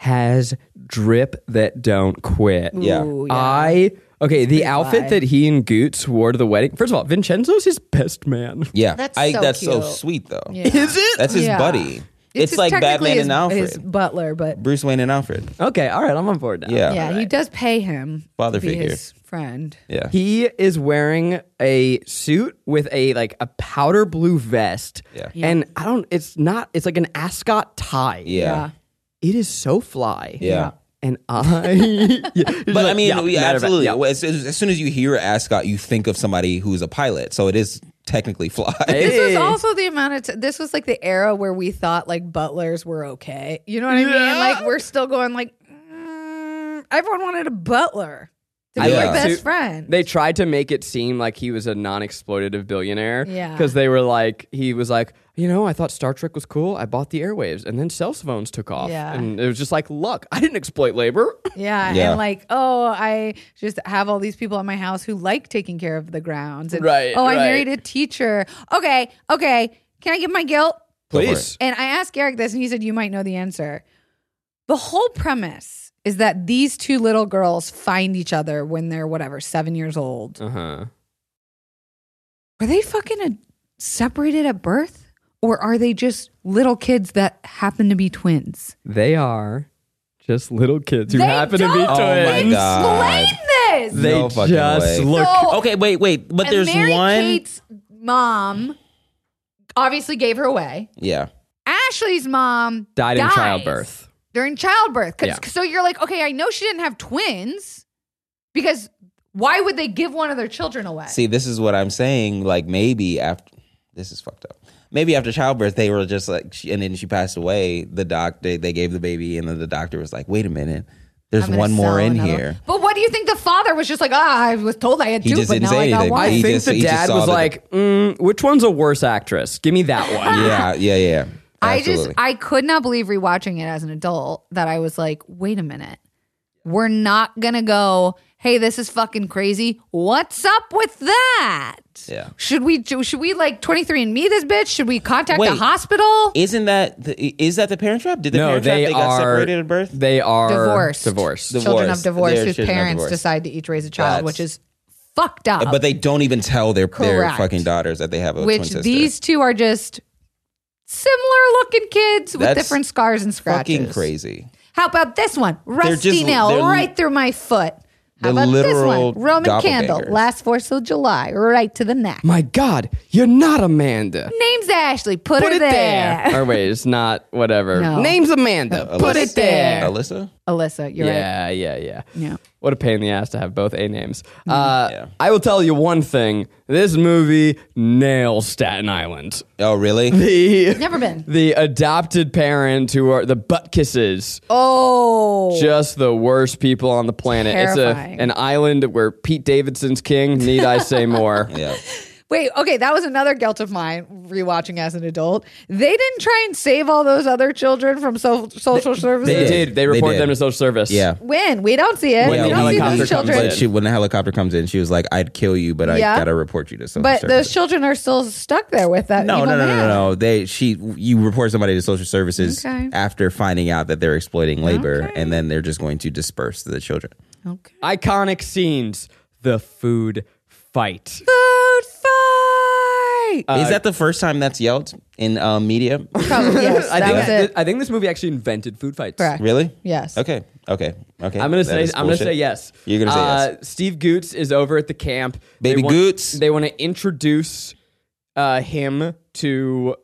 [SPEAKER 2] has drip that don't quit.
[SPEAKER 4] Yeah.
[SPEAKER 3] Ooh,
[SPEAKER 2] I okay, the outfit
[SPEAKER 3] fly.
[SPEAKER 2] that he and Goots wore to the wedding. First of all, Vincenzo's his best man.
[SPEAKER 4] Yeah,
[SPEAKER 3] That's
[SPEAKER 4] I,
[SPEAKER 3] so
[SPEAKER 4] that's so
[SPEAKER 3] cute.
[SPEAKER 4] sweet though.
[SPEAKER 3] Yeah. Is
[SPEAKER 2] it?
[SPEAKER 4] That's his
[SPEAKER 3] Yeah.
[SPEAKER 4] buddy. It's,
[SPEAKER 3] just
[SPEAKER 4] like
[SPEAKER 3] technically
[SPEAKER 4] Batman
[SPEAKER 3] his-
[SPEAKER 4] and Alfred,
[SPEAKER 3] his butler, but
[SPEAKER 4] Bruce Wayne and Alfred.
[SPEAKER 2] Okay, all right, I'm on board now.
[SPEAKER 4] Yeah,
[SPEAKER 3] yeah, he does pay him
[SPEAKER 4] Father
[SPEAKER 3] to be
[SPEAKER 4] figure.
[SPEAKER 3] his friend.
[SPEAKER 4] yeah.
[SPEAKER 2] He is wearing a suit with a like a powder blue vest.
[SPEAKER 4] Yeah.
[SPEAKER 2] And I don't it's not it's like an ascot tie.
[SPEAKER 4] yeah,
[SPEAKER 2] It is so fly.
[SPEAKER 4] Yeah.
[SPEAKER 2] And I
[SPEAKER 4] But I mean,
[SPEAKER 2] yeah, matter of
[SPEAKER 4] we-
[SPEAKER 2] fact,
[SPEAKER 4] absolutely.
[SPEAKER 2] yeah.
[SPEAKER 4] As, as- as soon as you hear Ascot, you think of somebody who's a pilot. So it is technically fly.
[SPEAKER 3] This was
[SPEAKER 2] Hey.
[SPEAKER 3] also the amount of t- this was like the era where we thought like butlers were okay. You know what I mean? Like we're still going like mm, everyone wanted a butler. to be
[SPEAKER 4] I
[SPEAKER 3] your
[SPEAKER 4] like
[SPEAKER 3] best
[SPEAKER 2] to-
[SPEAKER 3] friend.
[SPEAKER 2] They tried to make it seem like he was a non-exploitative billionaire.
[SPEAKER 3] Yeah.
[SPEAKER 2] Because they were like, he was like, you know, I thought Star Trek was cool. I bought the airwaves, and then cell phones took off.
[SPEAKER 3] Yeah.
[SPEAKER 2] And it was just like, look, I didn't exploit labor.
[SPEAKER 3] yeah,
[SPEAKER 4] Yeah.
[SPEAKER 3] and like, oh, I just have all these people at my house who like taking care of the grounds. And,
[SPEAKER 2] Right,
[SPEAKER 3] Oh, I
[SPEAKER 2] right.
[SPEAKER 3] married a teacher. Okay, okay. Can I give my guilt?
[SPEAKER 4] Go for it.
[SPEAKER 2] Please.
[SPEAKER 3] And I asked Eric this, and he said, You might know the answer. The whole premise is that these two little girls find each other when they're whatever, seven years old.
[SPEAKER 2] Uh huh.
[SPEAKER 3] Were they fucking uh separated at birth? Or are they just little kids that happen to be twins?
[SPEAKER 2] They are just little kids who
[SPEAKER 3] They
[SPEAKER 2] happen to be
[SPEAKER 3] don't
[SPEAKER 2] twins.
[SPEAKER 4] Oh my God.
[SPEAKER 3] Explain this.
[SPEAKER 2] They
[SPEAKER 4] No fucking
[SPEAKER 2] just
[SPEAKER 4] way.
[SPEAKER 2] look.
[SPEAKER 3] So-
[SPEAKER 4] Okay, wait, wait, but
[SPEAKER 3] and
[SPEAKER 4] there's
[SPEAKER 3] Mary
[SPEAKER 4] one.
[SPEAKER 3] Kate's mom obviously gave her away.
[SPEAKER 4] yeah,
[SPEAKER 3] Ashley's mom
[SPEAKER 2] died in
[SPEAKER 3] dies
[SPEAKER 2] childbirth.
[SPEAKER 3] during childbirth. 'Cause-
[SPEAKER 2] Yeah.
[SPEAKER 3] So you're like, okay, I know she didn't have twins because why would they give one of their children away?
[SPEAKER 4] See, this is what I'm saying. Like maybe after this is fucked up. Maybe after childbirth, they were just like, she, and then she passed away. The doctor, they gave the baby, and then the doctor was like, "Wait a minute, there's
[SPEAKER 3] I'm gonna
[SPEAKER 4] one more
[SPEAKER 3] sell
[SPEAKER 4] in
[SPEAKER 3] another one.
[SPEAKER 4] here."
[SPEAKER 3] But what do you think the father was just like? Ah, I was told I had
[SPEAKER 4] He
[SPEAKER 3] two,
[SPEAKER 4] just
[SPEAKER 3] but
[SPEAKER 4] didn't
[SPEAKER 3] now
[SPEAKER 4] say
[SPEAKER 3] I got
[SPEAKER 4] anything.
[SPEAKER 3] one.
[SPEAKER 2] I
[SPEAKER 4] He
[SPEAKER 2] think
[SPEAKER 4] just-
[SPEAKER 2] the
[SPEAKER 4] he just
[SPEAKER 2] dad
[SPEAKER 4] saw
[SPEAKER 2] was
[SPEAKER 4] that-
[SPEAKER 2] like, mm, which one's a worse actress? Give me that one.
[SPEAKER 4] yeah, yeah, yeah.
[SPEAKER 3] I just
[SPEAKER 4] Absolutely.
[SPEAKER 3] I could not believe rewatching it as an adult that I was like, wait a minute. We're not gonna go, hey, this is fucking crazy. What's up with that?
[SPEAKER 4] Yeah.
[SPEAKER 3] Should we should we like 23 and me this bitch? Should we contact the
[SPEAKER 4] Wait.
[SPEAKER 3] hospital?
[SPEAKER 4] Isn't that the, is that the parent trap? Did the
[SPEAKER 2] no,
[SPEAKER 4] parent trap
[SPEAKER 2] they,
[SPEAKER 4] they got
[SPEAKER 2] are
[SPEAKER 4] separated at birth?
[SPEAKER 2] They are
[SPEAKER 3] Divorced.
[SPEAKER 2] Divorced.
[SPEAKER 4] Div-
[SPEAKER 3] Children
[SPEAKER 4] Divorce.
[SPEAKER 3] of divorce
[SPEAKER 4] They're
[SPEAKER 3] whose
[SPEAKER 4] children of
[SPEAKER 3] parents
[SPEAKER 4] divorce.
[SPEAKER 3] decide to each raise a child,
[SPEAKER 4] That's-
[SPEAKER 3] which is fucked up.
[SPEAKER 4] but they don't even tell their their
[SPEAKER 3] Correct.
[SPEAKER 4] fucking daughters that they have a twin
[SPEAKER 3] which
[SPEAKER 4] sister.
[SPEAKER 3] these two are just similar looking kids with
[SPEAKER 4] That's
[SPEAKER 3] different scars and scratches.
[SPEAKER 4] fucking crazy.
[SPEAKER 3] How about this one? Rusty
[SPEAKER 4] just-
[SPEAKER 3] nail
[SPEAKER 4] they're-
[SPEAKER 3] right through my foot. How
[SPEAKER 4] they're
[SPEAKER 3] about this
[SPEAKER 4] literal
[SPEAKER 3] one? Roman candle,
[SPEAKER 4] doppelgangers.
[SPEAKER 3] last fourth of July, right to the neck.
[SPEAKER 2] My God, you're not Amanda.
[SPEAKER 3] Name's Ashley. Put,
[SPEAKER 2] Put
[SPEAKER 3] her
[SPEAKER 2] it
[SPEAKER 3] there.
[SPEAKER 2] there. or wait, it's not whatever.
[SPEAKER 3] No.
[SPEAKER 2] Name's Amanda. Put
[SPEAKER 4] Alyssa-
[SPEAKER 2] it there.
[SPEAKER 4] Alyssa.
[SPEAKER 3] Alyssa, you're right.
[SPEAKER 2] Yeah, yeah, yeah.
[SPEAKER 3] Yeah.
[SPEAKER 2] What a pain in the ass to have both A names. Uh, I will tell you one thing. This movie nails Staten Island.
[SPEAKER 4] Oh, really?
[SPEAKER 2] The
[SPEAKER 3] Never been.
[SPEAKER 2] the adopted parent who are the butt kisses.
[SPEAKER 3] Oh.
[SPEAKER 2] Just the worst people on the planet. It's
[SPEAKER 3] Terrifying.
[SPEAKER 2] a, an island where Pete Davidson's king. Need I say more?
[SPEAKER 4] yeah.
[SPEAKER 3] Wait, okay, that was another guilt of mine rewatching as an adult. They didn't try and save all those other children from so- social services.
[SPEAKER 2] They did. They
[SPEAKER 4] They
[SPEAKER 2] reported
[SPEAKER 4] did.
[SPEAKER 2] them to social service.
[SPEAKER 4] Yeah.
[SPEAKER 3] When? We don't see it.
[SPEAKER 2] When
[SPEAKER 3] we don't
[SPEAKER 2] the
[SPEAKER 3] see
[SPEAKER 2] helicopter
[SPEAKER 3] those
[SPEAKER 2] comes
[SPEAKER 3] children.
[SPEAKER 2] in.
[SPEAKER 4] But she, when the helicopter comes in, she was like, "I'd kill you, but I
[SPEAKER 3] Yeah.
[SPEAKER 4] gotta report you to social."
[SPEAKER 3] But
[SPEAKER 4] services.
[SPEAKER 3] those children are still stuck there with that.
[SPEAKER 4] No,
[SPEAKER 3] evil
[SPEAKER 4] no, no,
[SPEAKER 3] man.
[SPEAKER 4] no, no. They she you report somebody to social services
[SPEAKER 3] Okay.
[SPEAKER 4] after finding out that they're exploiting labor, and then they're just going to disperse the children.
[SPEAKER 3] Okay.
[SPEAKER 2] Iconic scenes. The food fight.
[SPEAKER 3] Food fight.
[SPEAKER 4] Is that the first time that's yelled in uh, media?
[SPEAKER 3] Probably, yes,
[SPEAKER 2] I
[SPEAKER 3] that
[SPEAKER 2] think,
[SPEAKER 3] was
[SPEAKER 2] thi-
[SPEAKER 3] it.
[SPEAKER 2] I think this movie actually invented food fights.
[SPEAKER 3] Correct.
[SPEAKER 4] really?
[SPEAKER 3] Yes.
[SPEAKER 4] Okay. Okay. Okay.
[SPEAKER 2] I'm gonna
[SPEAKER 4] That
[SPEAKER 2] say
[SPEAKER 4] is
[SPEAKER 2] I'm gonna say
[SPEAKER 4] bullshit.
[SPEAKER 2] yes. Uh,
[SPEAKER 4] You're gonna say yes.
[SPEAKER 2] Steve Goots is over at the camp.
[SPEAKER 4] Baby
[SPEAKER 2] they want,
[SPEAKER 4] Goots.
[SPEAKER 2] They want to introduce uh, him to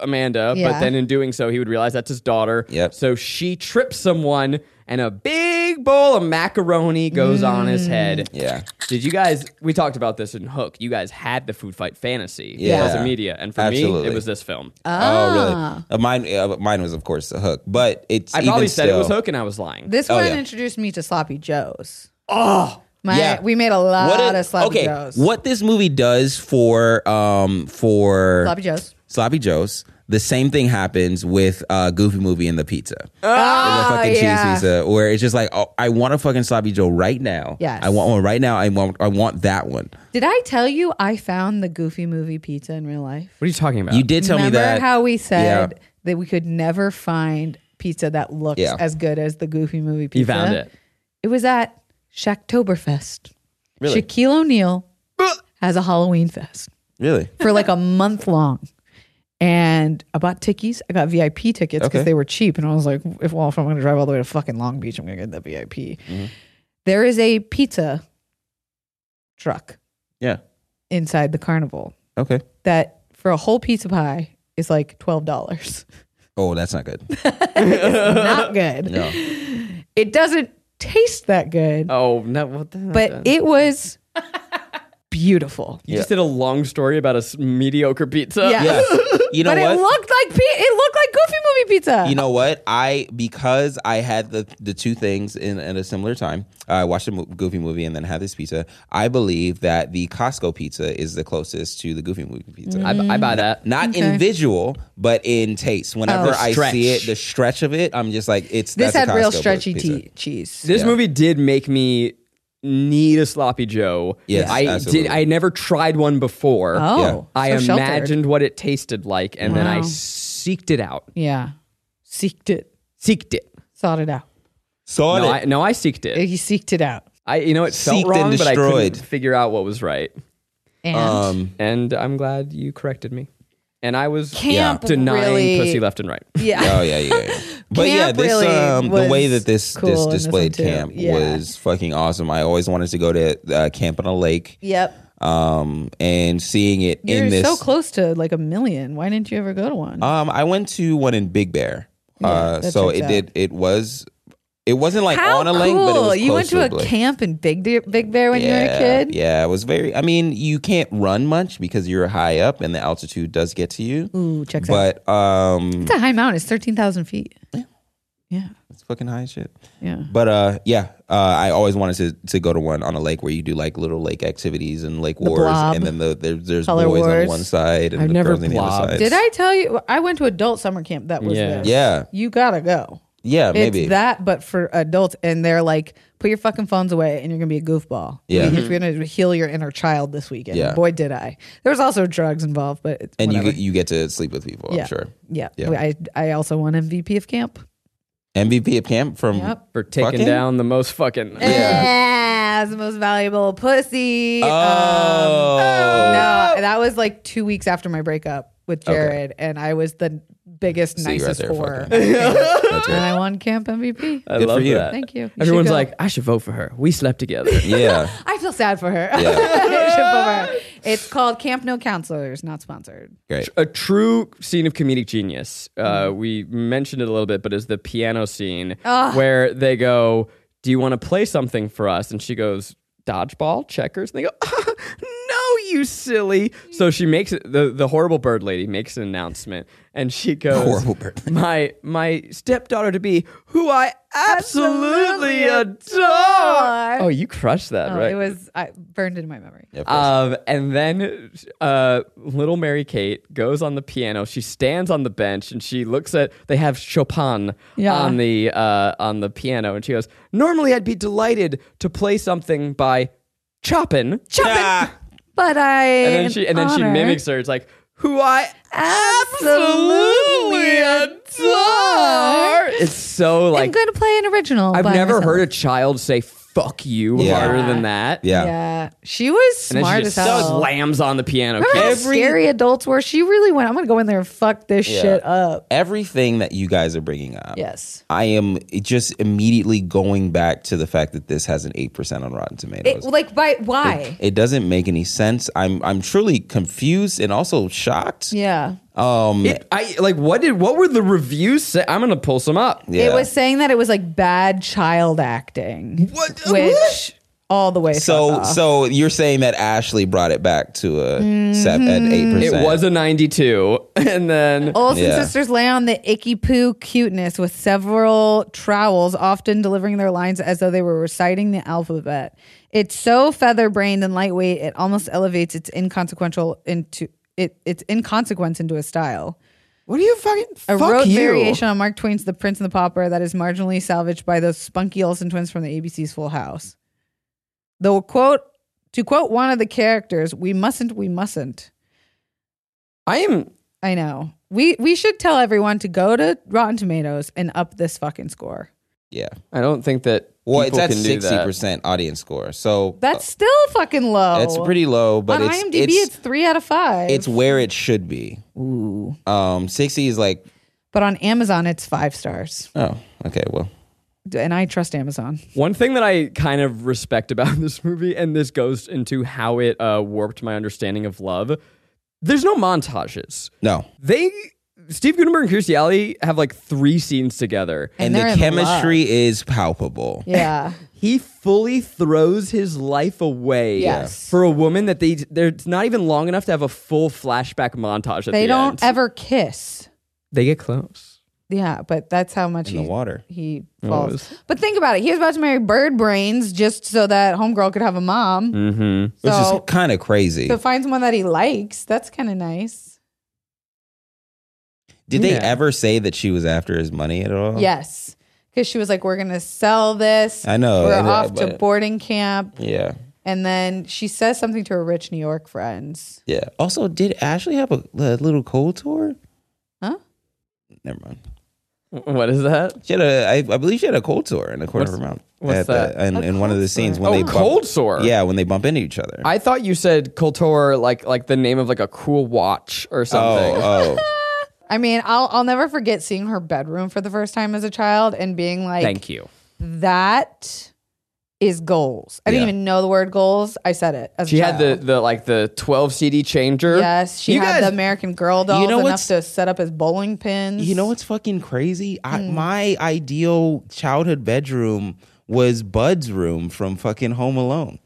[SPEAKER 2] Amanda, but
[SPEAKER 3] Yeah.
[SPEAKER 2] then in doing so, he would realize that's his daughter.
[SPEAKER 4] Yep.
[SPEAKER 2] So she trips someone, and a big bowl of macaroni goes on his head.
[SPEAKER 4] Yeah.
[SPEAKER 2] Did you guys? We talked about this in Hook. You guys had the food fight fantasy
[SPEAKER 4] Yeah.
[SPEAKER 2] as a media, and for me,
[SPEAKER 4] Absolutely.
[SPEAKER 2] it was this film.
[SPEAKER 4] Oh, really?
[SPEAKER 3] Ah.
[SPEAKER 4] Uh, mine, uh, mine was of course the hook, but it's.
[SPEAKER 2] I
[SPEAKER 4] even
[SPEAKER 2] probably said
[SPEAKER 4] still,
[SPEAKER 2] it was Hook, and I was lying.
[SPEAKER 3] This one
[SPEAKER 4] Oh, yeah.
[SPEAKER 3] introduced me to Sloppy Joe's. Oh, my!
[SPEAKER 4] yeah.
[SPEAKER 3] We made a lot
[SPEAKER 4] What a-
[SPEAKER 3] of Sloppy
[SPEAKER 4] okay,
[SPEAKER 3] Joe's.
[SPEAKER 4] what this movie does for um for
[SPEAKER 3] Sloppy Joe's.
[SPEAKER 4] Sloppy Joe's. The same thing happens with uh, Goofy Movie and the pizza.
[SPEAKER 2] Ah,
[SPEAKER 3] Oh,
[SPEAKER 4] the fucking
[SPEAKER 3] yeah.
[SPEAKER 4] cheese pizza, where it's just like, oh, I want a fucking sloppy Joe right now.
[SPEAKER 3] Yes.
[SPEAKER 4] I want one right now. I want, I want that one.
[SPEAKER 3] Did I tell you I found the Goofy movie pizza in real life?
[SPEAKER 2] What are you talking about?
[SPEAKER 4] You did tell
[SPEAKER 3] Remember
[SPEAKER 4] me that.
[SPEAKER 3] how we said
[SPEAKER 4] Yeah.
[SPEAKER 3] that we could never find pizza that looks
[SPEAKER 4] Yeah.
[SPEAKER 3] as good as the Goofy movie pizza?
[SPEAKER 2] You found it.
[SPEAKER 3] It was at Shacktoberfest. Shaquille O'Neal has a Halloween fest.
[SPEAKER 4] Really?
[SPEAKER 3] for like a month long. And I bought tickies. I got VIP tickets because
[SPEAKER 4] Okay.
[SPEAKER 3] they were cheap. And I was like, if well, if I'm going to drive all the way to fucking Long Beach, I'm going to get the VIP.
[SPEAKER 4] Mm-hmm.
[SPEAKER 3] There is a pizza truck
[SPEAKER 4] Yeah.
[SPEAKER 3] inside the carnival
[SPEAKER 4] Okay.
[SPEAKER 3] that for a whole pizza pie is like twelve dollars.
[SPEAKER 4] Oh, that's not good.
[SPEAKER 3] Not good.
[SPEAKER 4] No.
[SPEAKER 3] It doesn't taste that good,
[SPEAKER 2] Oh no! What the
[SPEAKER 3] but it was beautiful.
[SPEAKER 2] You just did a long story about a s- mediocre pizza.
[SPEAKER 3] Yeah.
[SPEAKER 4] You know
[SPEAKER 3] but
[SPEAKER 4] what?
[SPEAKER 3] it looked like pe- it looked like Goofy movie pizza.
[SPEAKER 4] You know what? I because I had the the two things in at a similar time. uh, I watched a mo- Goofy movie and then had this pizza. I believe that the Costco pizza is the closest to the Goofy movie pizza.
[SPEAKER 3] Mm-hmm.
[SPEAKER 2] I, I buy that.
[SPEAKER 4] Mm-hmm. Not in visual, but in taste. Whenever I
[SPEAKER 2] stretch.
[SPEAKER 4] see it, the stretch of it, I'm just like, it's
[SPEAKER 3] Oh. this
[SPEAKER 4] that's a
[SPEAKER 3] had real
[SPEAKER 4] Costco
[SPEAKER 3] stretchy
[SPEAKER 4] pizza.
[SPEAKER 3] te- cheese.
[SPEAKER 2] This movie did make me need a sloppy Joe.
[SPEAKER 4] Yes,
[SPEAKER 2] I
[SPEAKER 4] absolutely.
[SPEAKER 2] did. I never tried one before.
[SPEAKER 3] Oh,
[SPEAKER 4] Yeah.
[SPEAKER 3] so
[SPEAKER 2] I
[SPEAKER 3] sheltered.
[SPEAKER 2] imagined what it tasted like, and then I
[SPEAKER 3] Wow.
[SPEAKER 2] seeked it out.
[SPEAKER 3] Yeah, seeked it,
[SPEAKER 2] Seeked it.
[SPEAKER 3] sought it out.
[SPEAKER 4] Saw
[SPEAKER 2] No,
[SPEAKER 4] it.
[SPEAKER 2] I, no, I seeked it.
[SPEAKER 3] He seeked it out,
[SPEAKER 2] I, you know, it felt
[SPEAKER 4] Seeked and
[SPEAKER 2] wrong, but I couldn't
[SPEAKER 4] destroyed.
[SPEAKER 2] figure out what was right.
[SPEAKER 3] and
[SPEAKER 4] um,
[SPEAKER 2] And I'm glad you corrected me. And I was
[SPEAKER 3] Camp
[SPEAKER 2] denying
[SPEAKER 3] really-
[SPEAKER 2] pussy left and right.
[SPEAKER 3] yeah.
[SPEAKER 4] Oh yeah, yeah. yeah. But yeah,
[SPEAKER 3] Camp
[SPEAKER 4] this
[SPEAKER 3] really
[SPEAKER 4] um, the way
[SPEAKER 3] was
[SPEAKER 4] that this
[SPEAKER 3] cool in this
[SPEAKER 4] this
[SPEAKER 3] one
[SPEAKER 4] displayed
[SPEAKER 3] too.
[SPEAKER 4] camp
[SPEAKER 3] Yeah.
[SPEAKER 4] was fucking awesome. I always wanted to go to uh, camp on a lake.
[SPEAKER 3] Yep.
[SPEAKER 4] Um, and seeing it
[SPEAKER 3] You're
[SPEAKER 4] in this.
[SPEAKER 3] so close to like a million. Why didn't you ever go to one?
[SPEAKER 4] Um, I went to one in Big Bear. uh,
[SPEAKER 3] that
[SPEAKER 4] so
[SPEAKER 3] checks
[SPEAKER 4] it
[SPEAKER 3] out.
[SPEAKER 4] did. It was. It wasn't like
[SPEAKER 3] How
[SPEAKER 4] on a
[SPEAKER 3] cool!
[SPEAKER 4] lake, but it was
[SPEAKER 3] you went
[SPEAKER 4] close
[SPEAKER 3] to a
[SPEAKER 4] lake.
[SPEAKER 3] camp in Big Deer, Big Bear when you were a kid.
[SPEAKER 4] Yeah, it was very. I mean, you can't run much because you're high up and the altitude does get to you.
[SPEAKER 3] Ooh, checks out.
[SPEAKER 4] But um,
[SPEAKER 3] It's a high mountain. It's thirteen thousand feet. Yeah. Yeah.
[SPEAKER 4] it's fucking high as shit.
[SPEAKER 3] Yeah.
[SPEAKER 4] But uh, yeah, uh, I always wanted to to go to one on a lake where you do like little lake activities and lake wars,
[SPEAKER 3] blob.
[SPEAKER 4] and then the, there, there's
[SPEAKER 3] Color
[SPEAKER 4] boys
[SPEAKER 3] wars.
[SPEAKER 4] on one side and
[SPEAKER 2] I've
[SPEAKER 4] the
[SPEAKER 2] never
[SPEAKER 4] girls on the
[SPEAKER 2] blobbed.
[SPEAKER 4] other side.
[SPEAKER 3] Did I tell you? I went to adult summer camp that was
[SPEAKER 2] Yeah.
[SPEAKER 3] there.
[SPEAKER 4] Yeah,
[SPEAKER 3] You gotta go.
[SPEAKER 4] yeah, maybe.
[SPEAKER 3] It's that, but for adults, and they're like, put your fucking phones away, and you're gonna be a goofball.
[SPEAKER 4] Yeah.
[SPEAKER 3] Like, You're gonna heal your inner child this weekend.
[SPEAKER 4] Yeah.
[SPEAKER 3] Boy, did I. There was also drugs involved, but it's
[SPEAKER 4] and you
[SPEAKER 3] whatever.
[SPEAKER 4] get- you get to sleep with people.
[SPEAKER 3] yeah.
[SPEAKER 4] I'm sure.
[SPEAKER 3] Yeah.
[SPEAKER 4] Yeah.
[SPEAKER 3] I I also won MVP of camp.
[SPEAKER 4] MVP of camp from
[SPEAKER 3] Yep.
[SPEAKER 2] For taking
[SPEAKER 4] Fucking?
[SPEAKER 2] down the most fucking.
[SPEAKER 3] Yeah. As the most valuable pussy.
[SPEAKER 4] Oh.
[SPEAKER 3] Um, no, that was like two weeks after my breakup with Jared, and I was the biggest,
[SPEAKER 4] See you right
[SPEAKER 3] nicest
[SPEAKER 4] there,
[SPEAKER 3] whore.
[SPEAKER 4] fucking-
[SPEAKER 3] and I won camp MVP.
[SPEAKER 2] I
[SPEAKER 4] Good for
[SPEAKER 2] love
[SPEAKER 4] you.
[SPEAKER 2] that.
[SPEAKER 3] Thank you. You should
[SPEAKER 2] Everyone's
[SPEAKER 3] go.
[SPEAKER 2] like, I should vote for her. We slept together.
[SPEAKER 4] yeah.
[SPEAKER 3] I feel sad for her.
[SPEAKER 4] Yeah.
[SPEAKER 3] Shit for her. It's called Camp No Counselors, not sponsored.
[SPEAKER 4] Great.
[SPEAKER 2] a true scene of comedic genius. Uh, we mentioned it a little bit, but is the piano scene where they go, "Do you want to play something for us?" And she goes, "Dodgeball, checkers." And they go, "No, you silly!" So she makes the the horrible bird lady makes an announcement, and she goes,
[SPEAKER 4] Horrible bird.
[SPEAKER 2] My my stepdaughter to be, who I absolutely,
[SPEAKER 3] Absolutely
[SPEAKER 2] adore.
[SPEAKER 3] adore.
[SPEAKER 2] Oh, you crushed that,
[SPEAKER 3] Oh,
[SPEAKER 2] right?
[SPEAKER 3] It was I, burned into my memory.
[SPEAKER 4] Yeah, of course.
[SPEAKER 2] Um, and then uh, little Mary Kate goes on the piano. She stands on the bench and she looks at. They have Chopin
[SPEAKER 3] Yeah.
[SPEAKER 2] on the uh, on the piano, and she goes. Normally, I'd be delighted to play something by Chopin, Chopin.
[SPEAKER 4] Ah,
[SPEAKER 3] But I.
[SPEAKER 2] And then she and then she mimics her. It's like who I
[SPEAKER 3] Absolutely
[SPEAKER 2] absolutely adore. It's so
[SPEAKER 3] I'm
[SPEAKER 2] like
[SPEAKER 3] going to play an original.
[SPEAKER 2] I've
[SPEAKER 3] by
[SPEAKER 2] never
[SPEAKER 3] myself.
[SPEAKER 2] heard a child say "fuck you"
[SPEAKER 4] Yeah.
[SPEAKER 2] harder than that.
[SPEAKER 4] yeah.
[SPEAKER 3] Yeah, she was
[SPEAKER 2] And then
[SPEAKER 3] smart
[SPEAKER 2] she just
[SPEAKER 3] as hell.
[SPEAKER 2] slams on the piano.
[SPEAKER 3] Remember how
[SPEAKER 2] Kate.
[SPEAKER 3] scary adults were? She really went. I'm gonna go in there and fuck this
[SPEAKER 4] Yeah.
[SPEAKER 3] shit up.
[SPEAKER 4] Everything that you guys are bringing up.
[SPEAKER 3] Yes,
[SPEAKER 4] I am just immediately going back to the fact that this has an 8% on Rotten Tomatoes.
[SPEAKER 3] it, like by why?
[SPEAKER 4] It doesn't make any sense. I'm I'm truly confused and also shocked.
[SPEAKER 3] yeah.
[SPEAKER 4] Um
[SPEAKER 2] It, I like what did what were the reviews say? I'm gonna pull some up.
[SPEAKER 4] yeah.
[SPEAKER 3] It was saying that it was like bad child acting.
[SPEAKER 4] What?
[SPEAKER 3] Which all the way.
[SPEAKER 4] so
[SPEAKER 3] fuck off.
[SPEAKER 4] so you're saying that Ashley brought it back to a set at
[SPEAKER 3] Mm-hmm.
[SPEAKER 4] 8%.
[SPEAKER 2] It was a 92, and then
[SPEAKER 3] Olsen
[SPEAKER 4] Yeah.
[SPEAKER 3] sisters lay on the icky poo cuteness with several trowels, often delivering their lines as though they were reciting the alphabet. It's so feather brained and lightweight, it almost elevates its inconsequential into it, its inconsequence into a style.
[SPEAKER 2] what are you fucking?
[SPEAKER 3] A
[SPEAKER 2] fuck
[SPEAKER 3] road
[SPEAKER 2] you.
[SPEAKER 3] variation on Mark Twain's The Prince and the Pauper that is marginally salvaged by those spunky Olsen twins from the ABC's Full House. Though quote to quote one of the characters, we mustn't, we mustn't.
[SPEAKER 2] I am.
[SPEAKER 3] I know. We we should tell everyone to go to Rotten Tomatoes and up this fucking score.
[SPEAKER 4] Yeah.
[SPEAKER 2] I don't think that.
[SPEAKER 4] Well,
[SPEAKER 2] people
[SPEAKER 4] it's at
[SPEAKER 2] can do that.
[SPEAKER 4] 60% audience score. So
[SPEAKER 3] That's still fucking low.
[SPEAKER 4] it's pretty low, but
[SPEAKER 3] on
[SPEAKER 4] it's,
[SPEAKER 3] IMDb. It's,
[SPEAKER 4] it's
[SPEAKER 3] three out of five.
[SPEAKER 4] it's where it should be.
[SPEAKER 3] ooh,
[SPEAKER 4] Um 60 is like
[SPEAKER 3] but on Amazon it's five stars,
[SPEAKER 4] oh, okay, well.
[SPEAKER 3] D- and I trust Amazon.
[SPEAKER 2] One thing that I kind of respect about this movie, and this goes into how it uh, warped my understanding of love. There's no montages.
[SPEAKER 4] No.
[SPEAKER 2] They Steve Gutenberg and Kirstie Alley have like three scenes together.
[SPEAKER 4] and,
[SPEAKER 3] they're
[SPEAKER 4] the
[SPEAKER 3] in
[SPEAKER 4] chemistry is palpable.
[SPEAKER 3] Yeah,
[SPEAKER 2] he fully throws his life away
[SPEAKER 3] Yes.
[SPEAKER 2] for a woman that they they're it's not even long enough to have a full flashback montage at
[SPEAKER 3] they
[SPEAKER 2] the
[SPEAKER 3] don't
[SPEAKER 2] end.
[SPEAKER 3] ever kiss.
[SPEAKER 2] they get close
[SPEAKER 3] Yeah, but that's how much
[SPEAKER 4] in the
[SPEAKER 3] he-
[SPEAKER 4] water.
[SPEAKER 3] he falls. But think about it. He was about to marry Bird Brains just so that Homegirl could have a mom.
[SPEAKER 2] Mm-hmm.
[SPEAKER 4] Mm. Which
[SPEAKER 3] So
[SPEAKER 4] is kind of crazy.
[SPEAKER 3] to find someone that he likes, that's kind of nice.
[SPEAKER 4] Did they
[SPEAKER 2] Yeah.
[SPEAKER 4] ever say that she was after his money at all?
[SPEAKER 3] Yes. Because she was like, we're going to sell this.
[SPEAKER 4] I know.
[SPEAKER 3] We're
[SPEAKER 4] and-
[SPEAKER 3] off to
[SPEAKER 4] but-
[SPEAKER 3] boarding camp.
[SPEAKER 4] yeah.
[SPEAKER 3] And then she says something to her rich New York friends.
[SPEAKER 4] Yeah. Also, did Ashley have a, a little cold sore?
[SPEAKER 3] Huh?
[SPEAKER 4] Never mind.
[SPEAKER 2] What is that?
[SPEAKER 4] She had a, I, I believe she had a cold sore in the corner of her mouth.
[SPEAKER 2] what's
[SPEAKER 4] At the-
[SPEAKER 2] that?
[SPEAKER 4] in, in one of the scenes when
[SPEAKER 2] Oh,
[SPEAKER 4] they bump,
[SPEAKER 2] cold sore.
[SPEAKER 4] Yeah, when they bump into each other.
[SPEAKER 2] I thought you said Kultor like like the name of like a cool watch or something.
[SPEAKER 4] oh, oh.
[SPEAKER 3] I mean, I'll, I'll never forget seeing her bedroom for the first time as a child and being like,
[SPEAKER 2] Thank you.
[SPEAKER 3] that is goals. I didn't
[SPEAKER 4] Yeah.
[SPEAKER 3] even know the word goals. I said it as a
[SPEAKER 2] She had the
[SPEAKER 3] child.
[SPEAKER 2] the like the twelve CD changer.
[SPEAKER 3] Yes, she
[SPEAKER 2] You
[SPEAKER 3] had
[SPEAKER 2] guys-
[SPEAKER 3] the American Girl dolls
[SPEAKER 4] know
[SPEAKER 3] enough
[SPEAKER 4] what's-
[SPEAKER 3] to set up his bowling pins.
[SPEAKER 4] You know what's fucking crazy? I,
[SPEAKER 3] Hmm.
[SPEAKER 4] my ideal childhood bedroom was Bud's room from fucking Home Alone,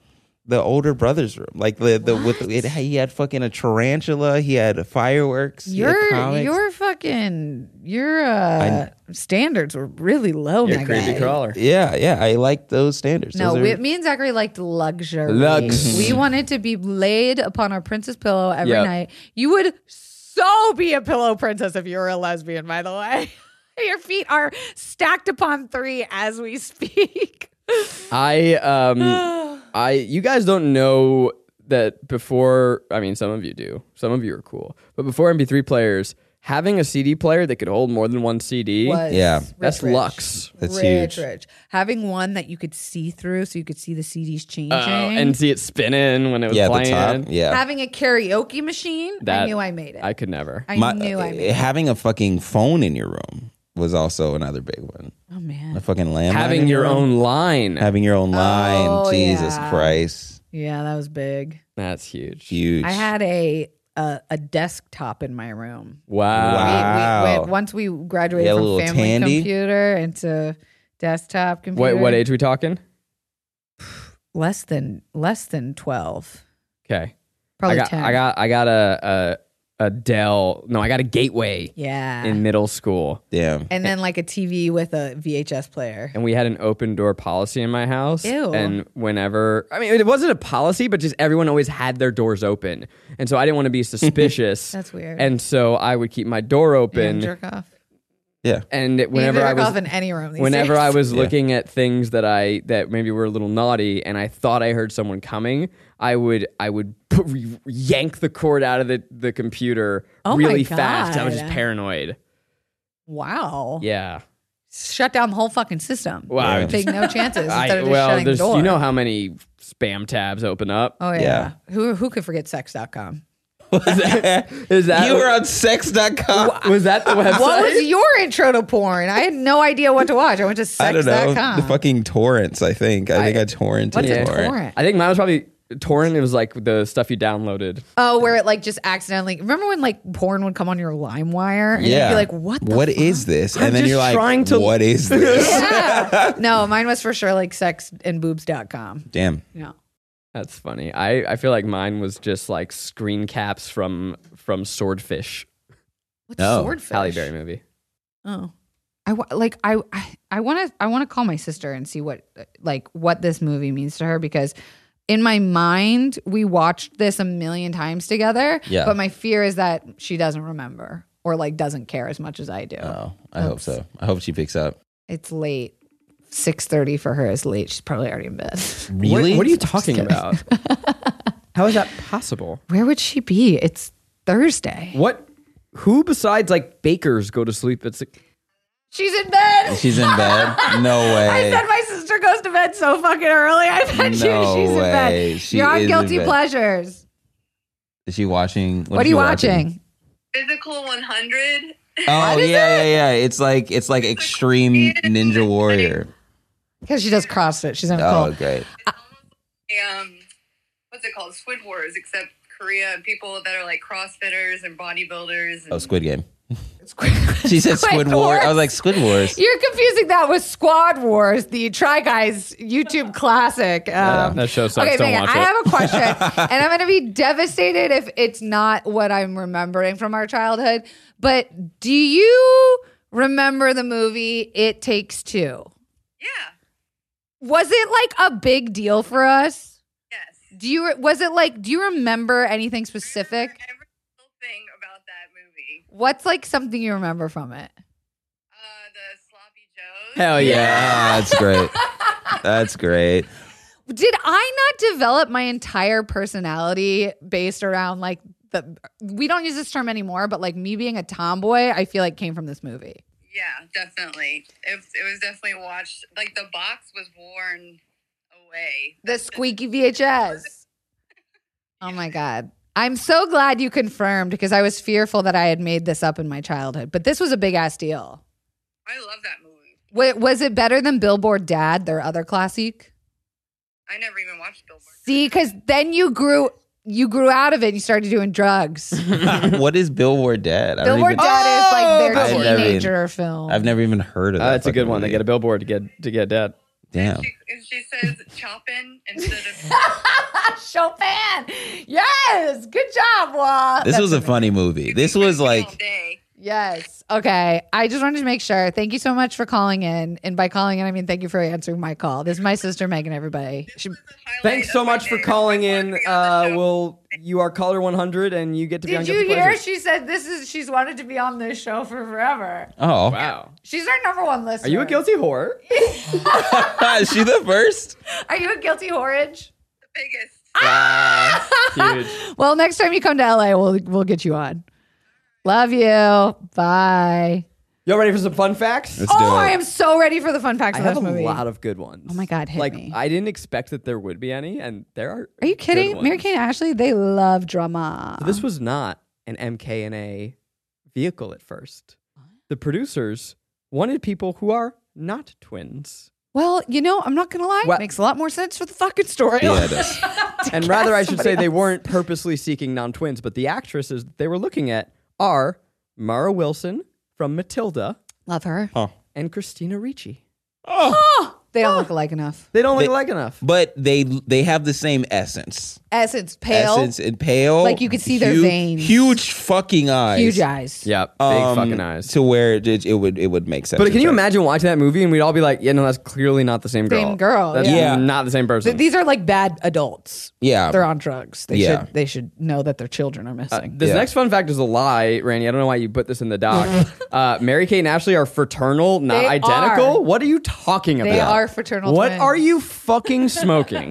[SPEAKER 4] the older brother's room. Like the the with it, he had fucking a tarantula. He had fireworks. he had
[SPEAKER 3] Your
[SPEAKER 4] comics.
[SPEAKER 3] your fucking your uh, standards were really low, my guy.
[SPEAKER 2] crawler.
[SPEAKER 4] yeah, yeah. I like those standards.
[SPEAKER 3] No,
[SPEAKER 4] Those
[SPEAKER 3] we,
[SPEAKER 4] are-
[SPEAKER 3] me and Zachary liked luxury.
[SPEAKER 2] Lux.
[SPEAKER 3] We wanted to be laid upon our princess pillow every
[SPEAKER 2] Yep.
[SPEAKER 3] night. You would so be a pillow princess if you were a lesbian, by the way. Your feet are stacked upon three as we speak.
[SPEAKER 2] I um I you guys don't know that before I mean some of you do. Some of you are cool. But before MP3 players, having a CD player that could hold more than one CD,
[SPEAKER 3] Was
[SPEAKER 4] Yeah.
[SPEAKER 2] that's
[SPEAKER 3] rich, rich.
[SPEAKER 2] lux.
[SPEAKER 4] That's
[SPEAKER 3] rich,
[SPEAKER 4] huge.
[SPEAKER 3] rich. Having one that you could see through, so you could see the CDs changing.
[SPEAKER 2] Oh, and see it spinning when it was
[SPEAKER 4] yeah, the
[SPEAKER 2] playing.
[SPEAKER 4] top. Yeah.
[SPEAKER 3] Having a karaoke machine, I
[SPEAKER 2] That-
[SPEAKER 3] knew I made it.
[SPEAKER 2] I eh, could never.
[SPEAKER 3] I
[SPEAKER 4] My- eh,
[SPEAKER 3] knew I made it.
[SPEAKER 4] having a fucking phone in your room was also another big one.
[SPEAKER 3] Oh
[SPEAKER 4] A
[SPEAKER 3] man,
[SPEAKER 4] fucking landline.
[SPEAKER 2] having
[SPEAKER 4] in
[SPEAKER 2] your own line.
[SPEAKER 4] having your own line.
[SPEAKER 3] Oh,
[SPEAKER 4] Jesus
[SPEAKER 3] yeah.
[SPEAKER 4] Christ,
[SPEAKER 3] yeah, that was big.
[SPEAKER 2] that's huge.
[SPEAKER 4] huge.
[SPEAKER 3] I had a a, a desktop in my room. We- we-
[SPEAKER 2] Wow.
[SPEAKER 4] Wow.
[SPEAKER 3] we- once we graduated
[SPEAKER 4] Yeah, a
[SPEAKER 3] from
[SPEAKER 4] little
[SPEAKER 3] family
[SPEAKER 4] Tandy.
[SPEAKER 3] computer into desktop computer,
[SPEAKER 2] What what age we talking?
[SPEAKER 3] Less than less than twelve,
[SPEAKER 2] Okay. I
[SPEAKER 3] probably
[SPEAKER 2] got
[SPEAKER 3] ten.
[SPEAKER 2] I got I got a a, a Dell. No, I got a Gateway
[SPEAKER 3] yeah,
[SPEAKER 2] in middle school.
[SPEAKER 4] Damn.
[SPEAKER 3] and then like a TV with a VHS player.
[SPEAKER 2] and we had an open door policy in my house.
[SPEAKER 3] Ew.
[SPEAKER 2] And whenever, I mean, it wasn't a policy, but just everyone always had their doors open. And so I didn't want to be suspicious.
[SPEAKER 3] That's weird.
[SPEAKER 2] And so I would keep my door
[SPEAKER 3] And
[SPEAKER 2] open.
[SPEAKER 3] jerk off.
[SPEAKER 4] Yeah.
[SPEAKER 2] and it- whenever
[SPEAKER 3] you
[SPEAKER 2] I
[SPEAKER 3] can jerk off
[SPEAKER 2] was,
[SPEAKER 3] in any room. These
[SPEAKER 2] whenever
[SPEAKER 3] days.
[SPEAKER 2] I was looking at things that I that maybe were a little naughty, and I thought I heard someone coming, I would I would put, re- yank the cord out of the the computer
[SPEAKER 3] Oh my
[SPEAKER 2] really fast. I was just
[SPEAKER 3] God.
[SPEAKER 2] paranoid.
[SPEAKER 3] wow,
[SPEAKER 2] Yeah.
[SPEAKER 3] shut down the whole fucking system.
[SPEAKER 2] Wow. I
[SPEAKER 4] Yeah.
[SPEAKER 3] Take
[SPEAKER 2] just-
[SPEAKER 3] no chances
[SPEAKER 2] I-
[SPEAKER 3] instead of just
[SPEAKER 2] well,
[SPEAKER 3] shutting the
[SPEAKER 2] there's
[SPEAKER 3] door.
[SPEAKER 2] you know how many spam tabs open up.
[SPEAKER 3] oh yeah.
[SPEAKER 4] Yeah.
[SPEAKER 3] Who who could forget sex.com?
[SPEAKER 2] Is that
[SPEAKER 4] you were on sex.com.
[SPEAKER 2] was that the website?
[SPEAKER 3] What was your intro to porn? I had no idea what to watch. I went to
[SPEAKER 4] I don't know. The
[SPEAKER 3] sex.com.
[SPEAKER 4] fucking torrents, I think. I, think I torrented
[SPEAKER 3] What's a
[SPEAKER 4] torrent.
[SPEAKER 3] torrent?
[SPEAKER 2] I think mine was probably torrent. It was like the stuff you downloaded.
[SPEAKER 3] Oh, where it like just accidentally. Remember when like porn would come on your LimeWire and you'd be like, "What? The
[SPEAKER 4] What
[SPEAKER 3] fuck?
[SPEAKER 4] is this?
[SPEAKER 2] I'm
[SPEAKER 4] and then
[SPEAKER 2] just
[SPEAKER 4] you're like,
[SPEAKER 2] trying to-
[SPEAKER 4] what is this?
[SPEAKER 3] Yeah. no, mine was for sure like sex and boobs.com.
[SPEAKER 4] Damn.
[SPEAKER 3] No.
[SPEAKER 2] That's funny. I, I feel like mine was just like screen caps from from Swordfish,
[SPEAKER 3] What's
[SPEAKER 4] No.
[SPEAKER 3] swordfish?
[SPEAKER 2] Halle Berry movie.
[SPEAKER 3] Oh, I wa- like I I- I want to I want to call my sister and see what like what this movie means to her because in my mind we watched this a million times together.
[SPEAKER 4] Yeah.
[SPEAKER 3] But my fear is that she doesn't remember or like doesn't care as much as I do.
[SPEAKER 4] Oh, I hope so. I hope she picks up.
[SPEAKER 3] It's late. Six thirty for her is late. She's probably already in bed.
[SPEAKER 2] What, what are you talking about? How is that possible?
[SPEAKER 3] Where would she be? It's Thursday.
[SPEAKER 2] What? Who besides like bakers go to sleep at six?
[SPEAKER 3] She's in bed.
[SPEAKER 4] She's in bed? No
[SPEAKER 3] I
[SPEAKER 4] way.
[SPEAKER 3] said my sister goes to bed so fucking early. I bet
[SPEAKER 4] No
[SPEAKER 3] you she's in
[SPEAKER 4] way.
[SPEAKER 3] bed.
[SPEAKER 4] She
[SPEAKER 3] You're
[SPEAKER 4] is
[SPEAKER 3] on
[SPEAKER 4] in
[SPEAKER 3] guilty
[SPEAKER 4] bed.
[SPEAKER 3] pleasures.
[SPEAKER 4] Is she watching?
[SPEAKER 3] What, are
[SPEAKER 4] is
[SPEAKER 3] you
[SPEAKER 4] she
[SPEAKER 3] watching?
[SPEAKER 1] Physical 100.
[SPEAKER 4] Oh, yeah, yeah, yeah. It's like it's like extreme ninja warrior.
[SPEAKER 3] Because she does CrossFit. She's in a
[SPEAKER 4] Oh,
[SPEAKER 3] cult.
[SPEAKER 4] great.
[SPEAKER 1] A, um, what's it called? Squid Wars, except Korea and people that are like CrossFitters and bodybuilders. And
[SPEAKER 4] Oh, Squid Game. She said Squid, War. I was like Squid Wars.
[SPEAKER 3] You're confusing that with Squad Wars, the Try Guys YouTube classic. Um,
[SPEAKER 2] That show sucks.
[SPEAKER 3] Okay,
[SPEAKER 2] Don't
[SPEAKER 3] Megan,
[SPEAKER 2] watch
[SPEAKER 3] I
[SPEAKER 2] it.
[SPEAKER 3] have a question, and I'm going to be devastated if it's not what I'm remembering from our childhood. But do you remember the movie It Takes Two?
[SPEAKER 1] Yeah.
[SPEAKER 3] Was it like a big deal for us?
[SPEAKER 1] Yes.
[SPEAKER 3] Do you was it like do you remember anything
[SPEAKER 1] Remember
[SPEAKER 3] specific?
[SPEAKER 1] every little thing about that movie.
[SPEAKER 3] What's like something you remember from it?
[SPEAKER 1] Uh, the sloppy joes.
[SPEAKER 2] Hell
[SPEAKER 4] Yeah, that's great. That's great.
[SPEAKER 3] Did I not develop my entire personality based around like the we don't use this term anymore, but like me being a tomboy, I feel like came from this movie.
[SPEAKER 1] Yeah, definitely. It, it was definitely watched. Like the box was worn away.
[SPEAKER 3] The squeaky VHS. Oh my god. I'm so glad you confirmed because I was fearful that I had made this up in my childhood, but this was a big ass deal.
[SPEAKER 1] I love that movie.
[SPEAKER 3] Wa- was it better than Billboard Dad, their other classic?
[SPEAKER 1] I never even watched Billboard.
[SPEAKER 3] See, because then you grew you grew out of it. and You started doing drugs.
[SPEAKER 4] what is Billboard Dad? I don't
[SPEAKER 3] Billboard
[SPEAKER 4] even-
[SPEAKER 3] Dad is like
[SPEAKER 4] Oh,
[SPEAKER 3] their
[SPEAKER 4] I've never even-
[SPEAKER 3] teenager film.
[SPEAKER 4] I've never even heard of that.
[SPEAKER 2] Uh, that's a good
[SPEAKER 4] fucking
[SPEAKER 2] one. They
[SPEAKER 4] movie.
[SPEAKER 2] get a billboard to get to get dad.
[SPEAKER 4] Damn.
[SPEAKER 1] She, and she says chopping instead of.
[SPEAKER 3] Chopin. Yes, good job, Wa.
[SPEAKER 4] This was a funny movie. This was
[SPEAKER 1] all
[SPEAKER 4] like
[SPEAKER 1] day.
[SPEAKER 3] Yes. Okay. I just wanted to make sure. Thank you so much for calling in, and by calling in, I mean thank you for answering my call. This is my sister Megan. Everybody.
[SPEAKER 1] This
[SPEAKER 3] She-
[SPEAKER 1] was a highlight
[SPEAKER 2] Thanks
[SPEAKER 1] of
[SPEAKER 2] so
[SPEAKER 1] my
[SPEAKER 2] much for
[SPEAKER 1] day.
[SPEAKER 2] calling
[SPEAKER 1] I
[SPEAKER 2] in.
[SPEAKER 1] wanted to be on
[SPEAKER 2] Uh,
[SPEAKER 1] the show.
[SPEAKER 2] well, you are caller 100, and you get to be on
[SPEAKER 3] Did you
[SPEAKER 2] Guilty
[SPEAKER 3] hear?
[SPEAKER 2] Pleasures.
[SPEAKER 3] She said this is she's wanted to be on this show for forever.
[SPEAKER 4] oh,
[SPEAKER 2] Wow.
[SPEAKER 3] She's our number one listener.
[SPEAKER 2] Are you a guilty whore?
[SPEAKER 4] is she the first?
[SPEAKER 3] Are you a guilty horage?
[SPEAKER 1] The biggest.
[SPEAKER 2] Huge.
[SPEAKER 3] Well, next time you come to LA, we'll we'll get you on. Love you. Bye.
[SPEAKER 2] Y'all ready for some fun facts?
[SPEAKER 4] Let's do
[SPEAKER 3] Oh,
[SPEAKER 4] it.
[SPEAKER 3] I am so ready for the fun facts
[SPEAKER 2] I
[SPEAKER 3] of
[SPEAKER 2] have
[SPEAKER 3] this
[SPEAKER 2] a
[SPEAKER 3] movie.
[SPEAKER 2] lot of good ones. Oh
[SPEAKER 3] my God, hit
[SPEAKER 2] like
[SPEAKER 3] me.
[SPEAKER 2] I didn't expect that there would be any, and there are.
[SPEAKER 3] Are you
[SPEAKER 2] good
[SPEAKER 3] kidding? Mary
[SPEAKER 2] ones.
[SPEAKER 3] Kay and Ashley, they love drama.
[SPEAKER 2] So this was not an MKNA vehicle at first. The producers wanted people who are not twins.
[SPEAKER 3] well, you know, I'm not gonna lie,
[SPEAKER 2] Well-
[SPEAKER 3] it makes a lot more sense for the fucking story.
[SPEAKER 4] Yeah, it is.
[SPEAKER 2] And rather, I should say they weren't purposely seeking non twins, but the actresses they were looking at are Mara Wilson from Matilda
[SPEAKER 3] love her.
[SPEAKER 2] and Christina Ricci.
[SPEAKER 3] They don't look alike enough.
[SPEAKER 2] They don't look alike enough.
[SPEAKER 4] But they they have the same essence.
[SPEAKER 3] Essence pale,
[SPEAKER 4] Essence and pale.
[SPEAKER 3] Like, you could see their
[SPEAKER 4] hu-
[SPEAKER 3] veins.
[SPEAKER 4] Huge fucking eyes.
[SPEAKER 3] huge eyes.
[SPEAKER 2] Yeah, big
[SPEAKER 4] Um,
[SPEAKER 2] fucking eyes.
[SPEAKER 4] To where it, it would it would make sense.
[SPEAKER 2] but can you
[SPEAKER 4] It's like-
[SPEAKER 2] imagine watching that movie and we'd all be like, yeah, no, that's clearly not the same girl.
[SPEAKER 3] Same girl,
[SPEAKER 2] That's
[SPEAKER 4] yeah. Yeah.
[SPEAKER 2] not the same person.
[SPEAKER 3] Th- These are like bad adults.
[SPEAKER 4] Yeah.
[SPEAKER 3] They're on drugs. They
[SPEAKER 4] Yeah.
[SPEAKER 3] should they should know that their children are missing.
[SPEAKER 2] Uh, This
[SPEAKER 4] Yeah.
[SPEAKER 2] next fun fact is a lie, Randy. I don't know why you put this in the doc. uh, Mary Kate and Ashley are fraternal, not
[SPEAKER 3] They
[SPEAKER 2] identical.
[SPEAKER 3] are.
[SPEAKER 2] What are you talking about?
[SPEAKER 3] They are fraternal
[SPEAKER 2] What
[SPEAKER 3] twins.
[SPEAKER 2] are you fucking smoking?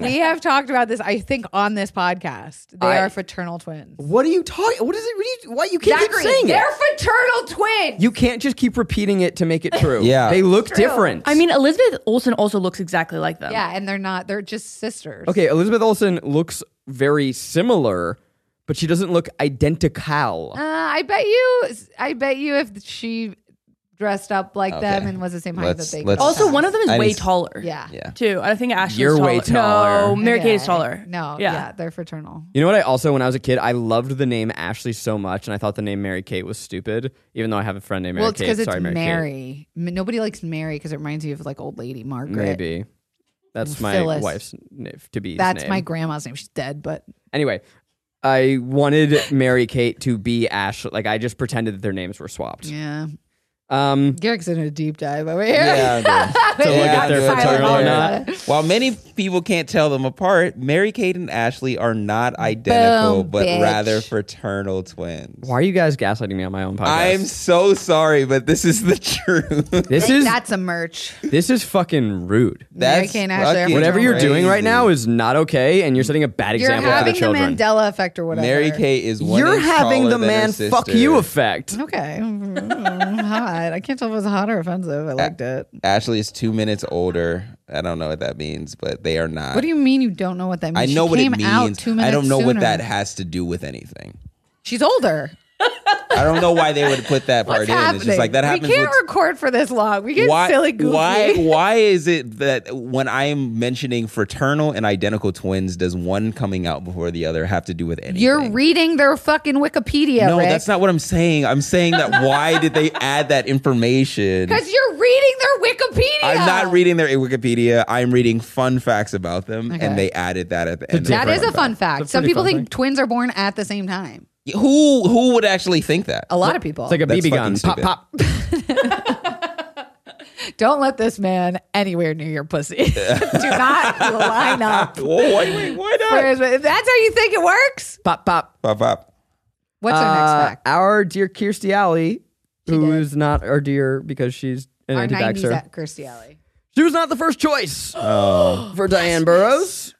[SPEAKER 3] we have talked about this, I think, on this podcast. They
[SPEAKER 2] I-
[SPEAKER 3] are fraternal twins.
[SPEAKER 2] what are you talking? What is it? What do you, why you can't
[SPEAKER 3] Zachary,
[SPEAKER 2] keep saying
[SPEAKER 3] they're
[SPEAKER 2] it?
[SPEAKER 3] fraternal twins.
[SPEAKER 2] You can't just keep repeating it to make it true.
[SPEAKER 4] Yeah.
[SPEAKER 2] they look different.
[SPEAKER 5] I mean, Elizabeth Olsen also looks exactly like them.
[SPEAKER 3] yeah, and they're not. They're just sisters.
[SPEAKER 2] okay, Elizabeth Olsen looks very similar, but she doesn't look identical.
[SPEAKER 3] Uh, I bet you. I bet you if she dressed up like them
[SPEAKER 4] Okay.
[SPEAKER 3] and was the same height
[SPEAKER 4] Let's-
[SPEAKER 3] that they.
[SPEAKER 4] let's-
[SPEAKER 5] Also, one of them is
[SPEAKER 4] I
[SPEAKER 5] way
[SPEAKER 4] need-
[SPEAKER 5] taller.
[SPEAKER 3] Yeah.
[SPEAKER 4] Yeah.
[SPEAKER 5] Too. I think Ashley's
[SPEAKER 2] You're
[SPEAKER 5] taller.
[SPEAKER 2] way taller.
[SPEAKER 5] No, Mary Kate is taller.
[SPEAKER 3] No. Yeah.
[SPEAKER 5] Yeah.
[SPEAKER 3] they're fraternal.
[SPEAKER 2] You know what? I also, when I was a kid, I loved the name Ashley so much, and I thought the name Mary Kate was stupid, even though I have a friend named Mary
[SPEAKER 3] well, it's
[SPEAKER 2] Kate.
[SPEAKER 3] because it's
[SPEAKER 2] Sorry,
[SPEAKER 3] Mary.
[SPEAKER 2] Mary. Kate.
[SPEAKER 3] M- Nobody likes Mary because it reminds you of like old lady Margaret.
[SPEAKER 2] Maybe. That's my
[SPEAKER 3] Phyllis.
[SPEAKER 2] wife's n- to be.
[SPEAKER 3] That's
[SPEAKER 2] name.
[SPEAKER 3] my grandma's name. She's dead, but
[SPEAKER 2] Anyway, I wanted Mary Kate to be Ashley. Like I just pretended that their names were swapped.
[SPEAKER 3] yeah.
[SPEAKER 2] Um,
[SPEAKER 3] Garrick's in a deep dive over here.
[SPEAKER 4] Yeah,
[SPEAKER 3] to
[SPEAKER 2] look at their fraternal or not.
[SPEAKER 4] While many people can't tell them apart, Mary Kate and Ashley are not identical,
[SPEAKER 3] Boom,
[SPEAKER 4] but
[SPEAKER 3] bitch.
[SPEAKER 4] rather fraternal twins.
[SPEAKER 2] why are you guys gaslighting me on my own podcast?
[SPEAKER 4] I'm so sorry, but this is the truth.
[SPEAKER 2] this is
[SPEAKER 3] That's a merch.
[SPEAKER 2] this is fucking rude.
[SPEAKER 3] Mary
[SPEAKER 4] That's
[SPEAKER 3] Kate and Ashley are
[SPEAKER 4] fucking
[SPEAKER 2] Whatever you're doing right
[SPEAKER 4] crazy.
[SPEAKER 2] now is not okay, and you're setting a bad
[SPEAKER 3] You're
[SPEAKER 2] example for the
[SPEAKER 3] having the
[SPEAKER 2] children.
[SPEAKER 3] Mandela effect or whatever.
[SPEAKER 4] Mary Kate is one.
[SPEAKER 2] you're
[SPEAKER 4] inch
[SPEAKER 2] having
[SPEAKER 4] taller
[SPEAKER 2] the
[SPEAKER 4] than her
[SPEAKER 2] man fuck
[SPEAKER 4] sister.
[SPEAKER 2] you effect.
[SPEAKER 3] Okay. Mm, hot. I can't tell if it was hot or offensive.
[SPEAKER 4] Uh,
[SPEAKER 3] I liked it.
[SPEAKER 4] Ashley is two minutes older. I don't know what that means, but they are not.
[SPEAKER 3] What do you mean you don't know what that means?
[SPEAKER 4] I know
[SPEAKER 3] she
[SPEAKER 4] what
[SPEAKER 3] came
[SPEAKER 4] it means.
[SPEAKER 3] Out two minutes
[SPEAKER 4] I don't know what
[SPEAKER 3] sooner.
[SPEAKER 4] that has to do with anything.
[SPEAKER 3] She's older.
[SPEAKER 4] I don't know why they would put that part
[SPEAKER 3] What's
[SPEAKER 4] in.
[SPEAKER 3] happening?
[SPEAKER 4] It's just like that happens.
[SPEAKER 3] We can't
[SPEAKER 4] with-
[SPEAKER 3] record for this long. We get silly goofy.
[SPEAKER 4] Why? Why is it that when I am mentioning fraternal and identical twins, does one coming out before the other have to do with anything?
[SPEAKER 3] You're reading their fucking Wikipedia,
[SPEAKER 4] no,
[SPEAKER 3] Rick.
[SPEAKER 4] that's not what I'm saying. I'm saying that why did they add that information?
[SPEAKER 3] Because you're reading their Wikipedia.
[SPEAKER 4] I'm not reading their Wikipedia. I'm reading fun facts about them,
[SPEAKER 3] Okay.
[SPEAKER 4] and they added that at the end. of the
[SPEAKER 3] That is a fun fact.
[SPEAKER 2] It's a
[SPEAKER 3] Some
[SPEAKER 2] pretty
[SPEAKER 3] people
[SPEAKER 2] fun
[SPEAKER 3] think
[SPEAKER 2] thing.
[SPEAKER 3] twins are born at the same time.
[SPEAKER 4] Who who would actually think that?
[SPEAKER 3] A lot of people.
[SPEAKER 2] It's like a
[SPEAKER 4] That's
[SPEAKER 2] BB gun.
[SPEAKER 4] fucking
[SPEAKER 2] Pop,
[SPEAKER 4] stupid.
[SPEAKER 2] pop.
[SPEAKER 3] Don't let this man anywhere near your pussy. Do not line up.
[SPEAKER 4] Whoa, wait, wait, why
[SPEAKER 3] for
[SPEAKER 4] not?
[SPEAKER 3] his- If that's how you think it works, pop pop.
[SPEAKER 4] Pop, pop.
[SPEAKER 3] What's our
[SPEAKER 2] Uh,
[SPEAKER 3] next fact?
[SPEAKER 2] Our dear Kirstie Alley, who is not our dear because she's an
[SPEAKER 3] Our
[SPEAKER 2] anti-vaxxer.
[SPEAKER 3] nineties at Kirstie Alley.
[SPEAKER 2] she was not the first choice
[SPEAKER 4] Oh,
[SPEAKER 2] for Diane Burroughs.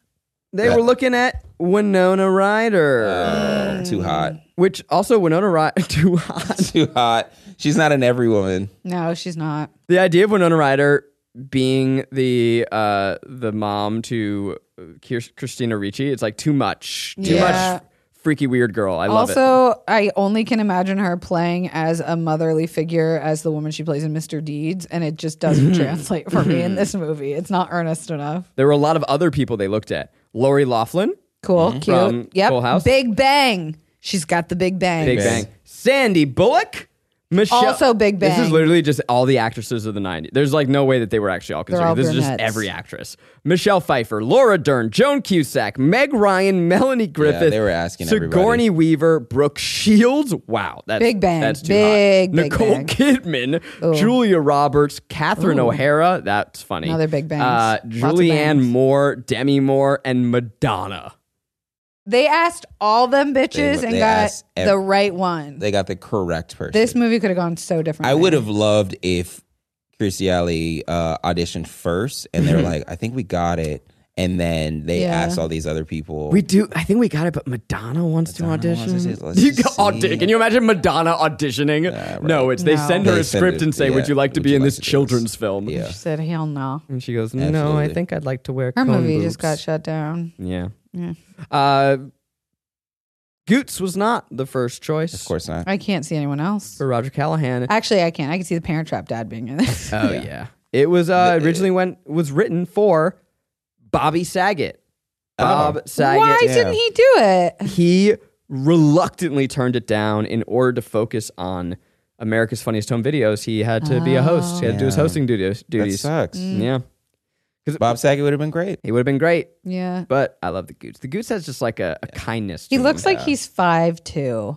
[SPEAKER 2] They were looking at Winona Ryder,
[SPEAKER 3] Uh,
[SPEAKER 4] oh, too hot.
[SPEAKER 2] which also Winona Ryder too hot.
[SPEAKER 4] Too hot. She's not an every woman.
[SPEAKER 3] No, she's not.
[SPEAKER 2] The idea of Winona Ryder being the uh, the mom to Kirs- Christina Ricci, it's like too much, too
[SPEAKER 3] Yeah.
[SPEAKER 2] much freaky weird girl. I love it.
[SPEAKER 3] also, I only can imagine her playing as a motherly figure as the woman she plays in Mr. Deeds, and it just doesn't
[SPEAKER 2] Mm-hmm.
[SPEAKER 3] translate for me in this movie. It's not earnest enough.
[SPEAKER 2] There were a lot of other people they looked at. Lori Laughlin,
[SPEAKER 3] Cool, cute.
[SPEAKER 2] Mm-hmm. From
[SPEAKER 3] yep.
[SPEAKER 2] Full House?
[SPEAKER 3] Big Bang. She's got the Big Bang.
[SPEAKER 2] Big Bang. Sandy Bullock. Michelle.
[SPEAKER 3] Also Big
[SPEAKER 2] This is
[SPEAKER 3] Bang.
[SPEAKER 2] literally just all the actresses of the 90s. There's like no way that they were actually all conservative.
[SPEAKER 3] all
[SPEAKER 2] this is just
[SPEAKER 3] brunettes.
[SPEAKER 2] every actress. Michelle Pfeiffer, Laura Dern, Joan Cusack, Meg Ryan, Melanie Griffith.
[SPEAKER 4] they were asking
[SPEAKER 2] Sigourney
[SPEAKER 4] everybody.
[SPEAKER 2] Weaver, Brooke Shields. Wow. That's,
[SPEAKER 3] Big Bang.
[SPEAKER 2] That's too
[SPEAKER 3] Big,
[SPEAKER 2] hot.
[SPEAKER 3] Big
[SPEAKER 2] Nicole
[SPEAKER 3] Bang.
[SPEAKER 2] Kidman, Julia Roberts, Catherine O'Hara. That's funny.
[SPEAKER 3] Another Big Bangs.
[SPEAKER 2] Uh,
[SPEAKER 3] Lots of
[SPEAKER 2] Julianne
[SPEAKER 3] bangs.
[SPEAKER 2] Moore, Demi Moore, and Madonna.
[SPEAKER 4] Oh.
[SPEAKER 3] They asked all them bitches
[SPEAKER 4] They-
[SPEAKER 3] and
[SPEAKER 4] they
[SPEAKER 3] got
[SPEAKER 4] asked ev-
[SPEAKER 3] the right one.
[SPEAKER 4] They got the correct person.
[SPEAKER 3] this movie could have gone so different.
[SPEAKER 4] I would have loved if Kirstie Alley uh, auditioned first, and they were like, "I think we got it," and then they
[SPEAKER 3] Yeah.
[SPEAKER 4] asked all these other people.
[SPEAKER 2] We do. I think we got it, but Madonna wants to
[SPEAKER 4] Madonna
[SPEAKER 2] audition.
[SPEAKER 4] wants to- let's
[SPEAKER 2] you
[SPEAKER 4] just
[SPEAKER 2] audi-
[SPEAKER 4] see.
[SPEAKER 2] Can you imagine Madonna auditioning? No, it's they
[SPEAKER 3] No.
[SPEAKER 2] send her
[SPEAKER 4] They
[SPEAKER 2] a
[SPEAKER 4] send
[SPEAKER 2] script
[SPEAKER 4] it-
[SPEAKER 2] and say,
[SPEAKER 4] yeah,
[SPEAKER 2] "Would you like to
[SPEAKER 4] would
[SPEAKER 2] be
[SPEAKER 4] you
[SPEAKER 2] in
[SPEAKER 4] like
[SPEAKER 2] this
[SPEAKER 4] to do this?"
[SPEAKER 2] children's film?"
[SPEAKER 4] yeah,
[SPEAKER 3] said hell no.
[SPEAKER 2] And she goes, "No, I
[SPEAKER 4] Absolutely.
[SPEAKER 2] think I'd like to wear."
[SPEAKER 3] Her
[SPEAKER 2] cone
[SPEAKER 3] movie
[SPEAKER 2] boobs.
[SPEAKER 3] just got shut down.
[SPEAKER 2] Yeah.
[SPEAKER 3] Yeah.
[SPEAKER 2] Uh, Goots was not the first choice.
[SPEAKER 4] of course not.
[SPEAKER 3] I can't see anyone else.
[SPEAKER 2] for Roger Callahan.
[SPEAKER 3] Actually, I can't. I can see the Parent Trap dad being in this.
[SPEAKER 2] oh yeah. It was uh, originally went was written for Bobby Saget.
[SPEAKER 4] Oh.
[SPEAKER 2] Bob Saget.
[SPEAKER 3] Why didn't he do it?
[SPEAKER 2] he reluctantly turned it down in order to focus on America's Funniest Home Videos. He had to be a host. He had to do his
[SPEAKER 4] Yeah.
[SPEAKER 2] hosting duties.
[SPEAKER 4] That
[SPEAKER 2] duties. Mm.
[SPEAKER 4] sucks.
[SPEAKER 3] Mm.
[SPEAKER 2] Yeah,
[SPEAKER 4] Mm. Bob Saget would have been great.
[SPEAKER 2] he would have been great,
[SPEAKER 3] Yeah.
[SPEAKER 2] but I love the Goots. The Goots has just like a, a kindness. To
[SPEAKER 3] He
[SPEAKER 2] him.
[SPEAKER 3] looks like he's five two.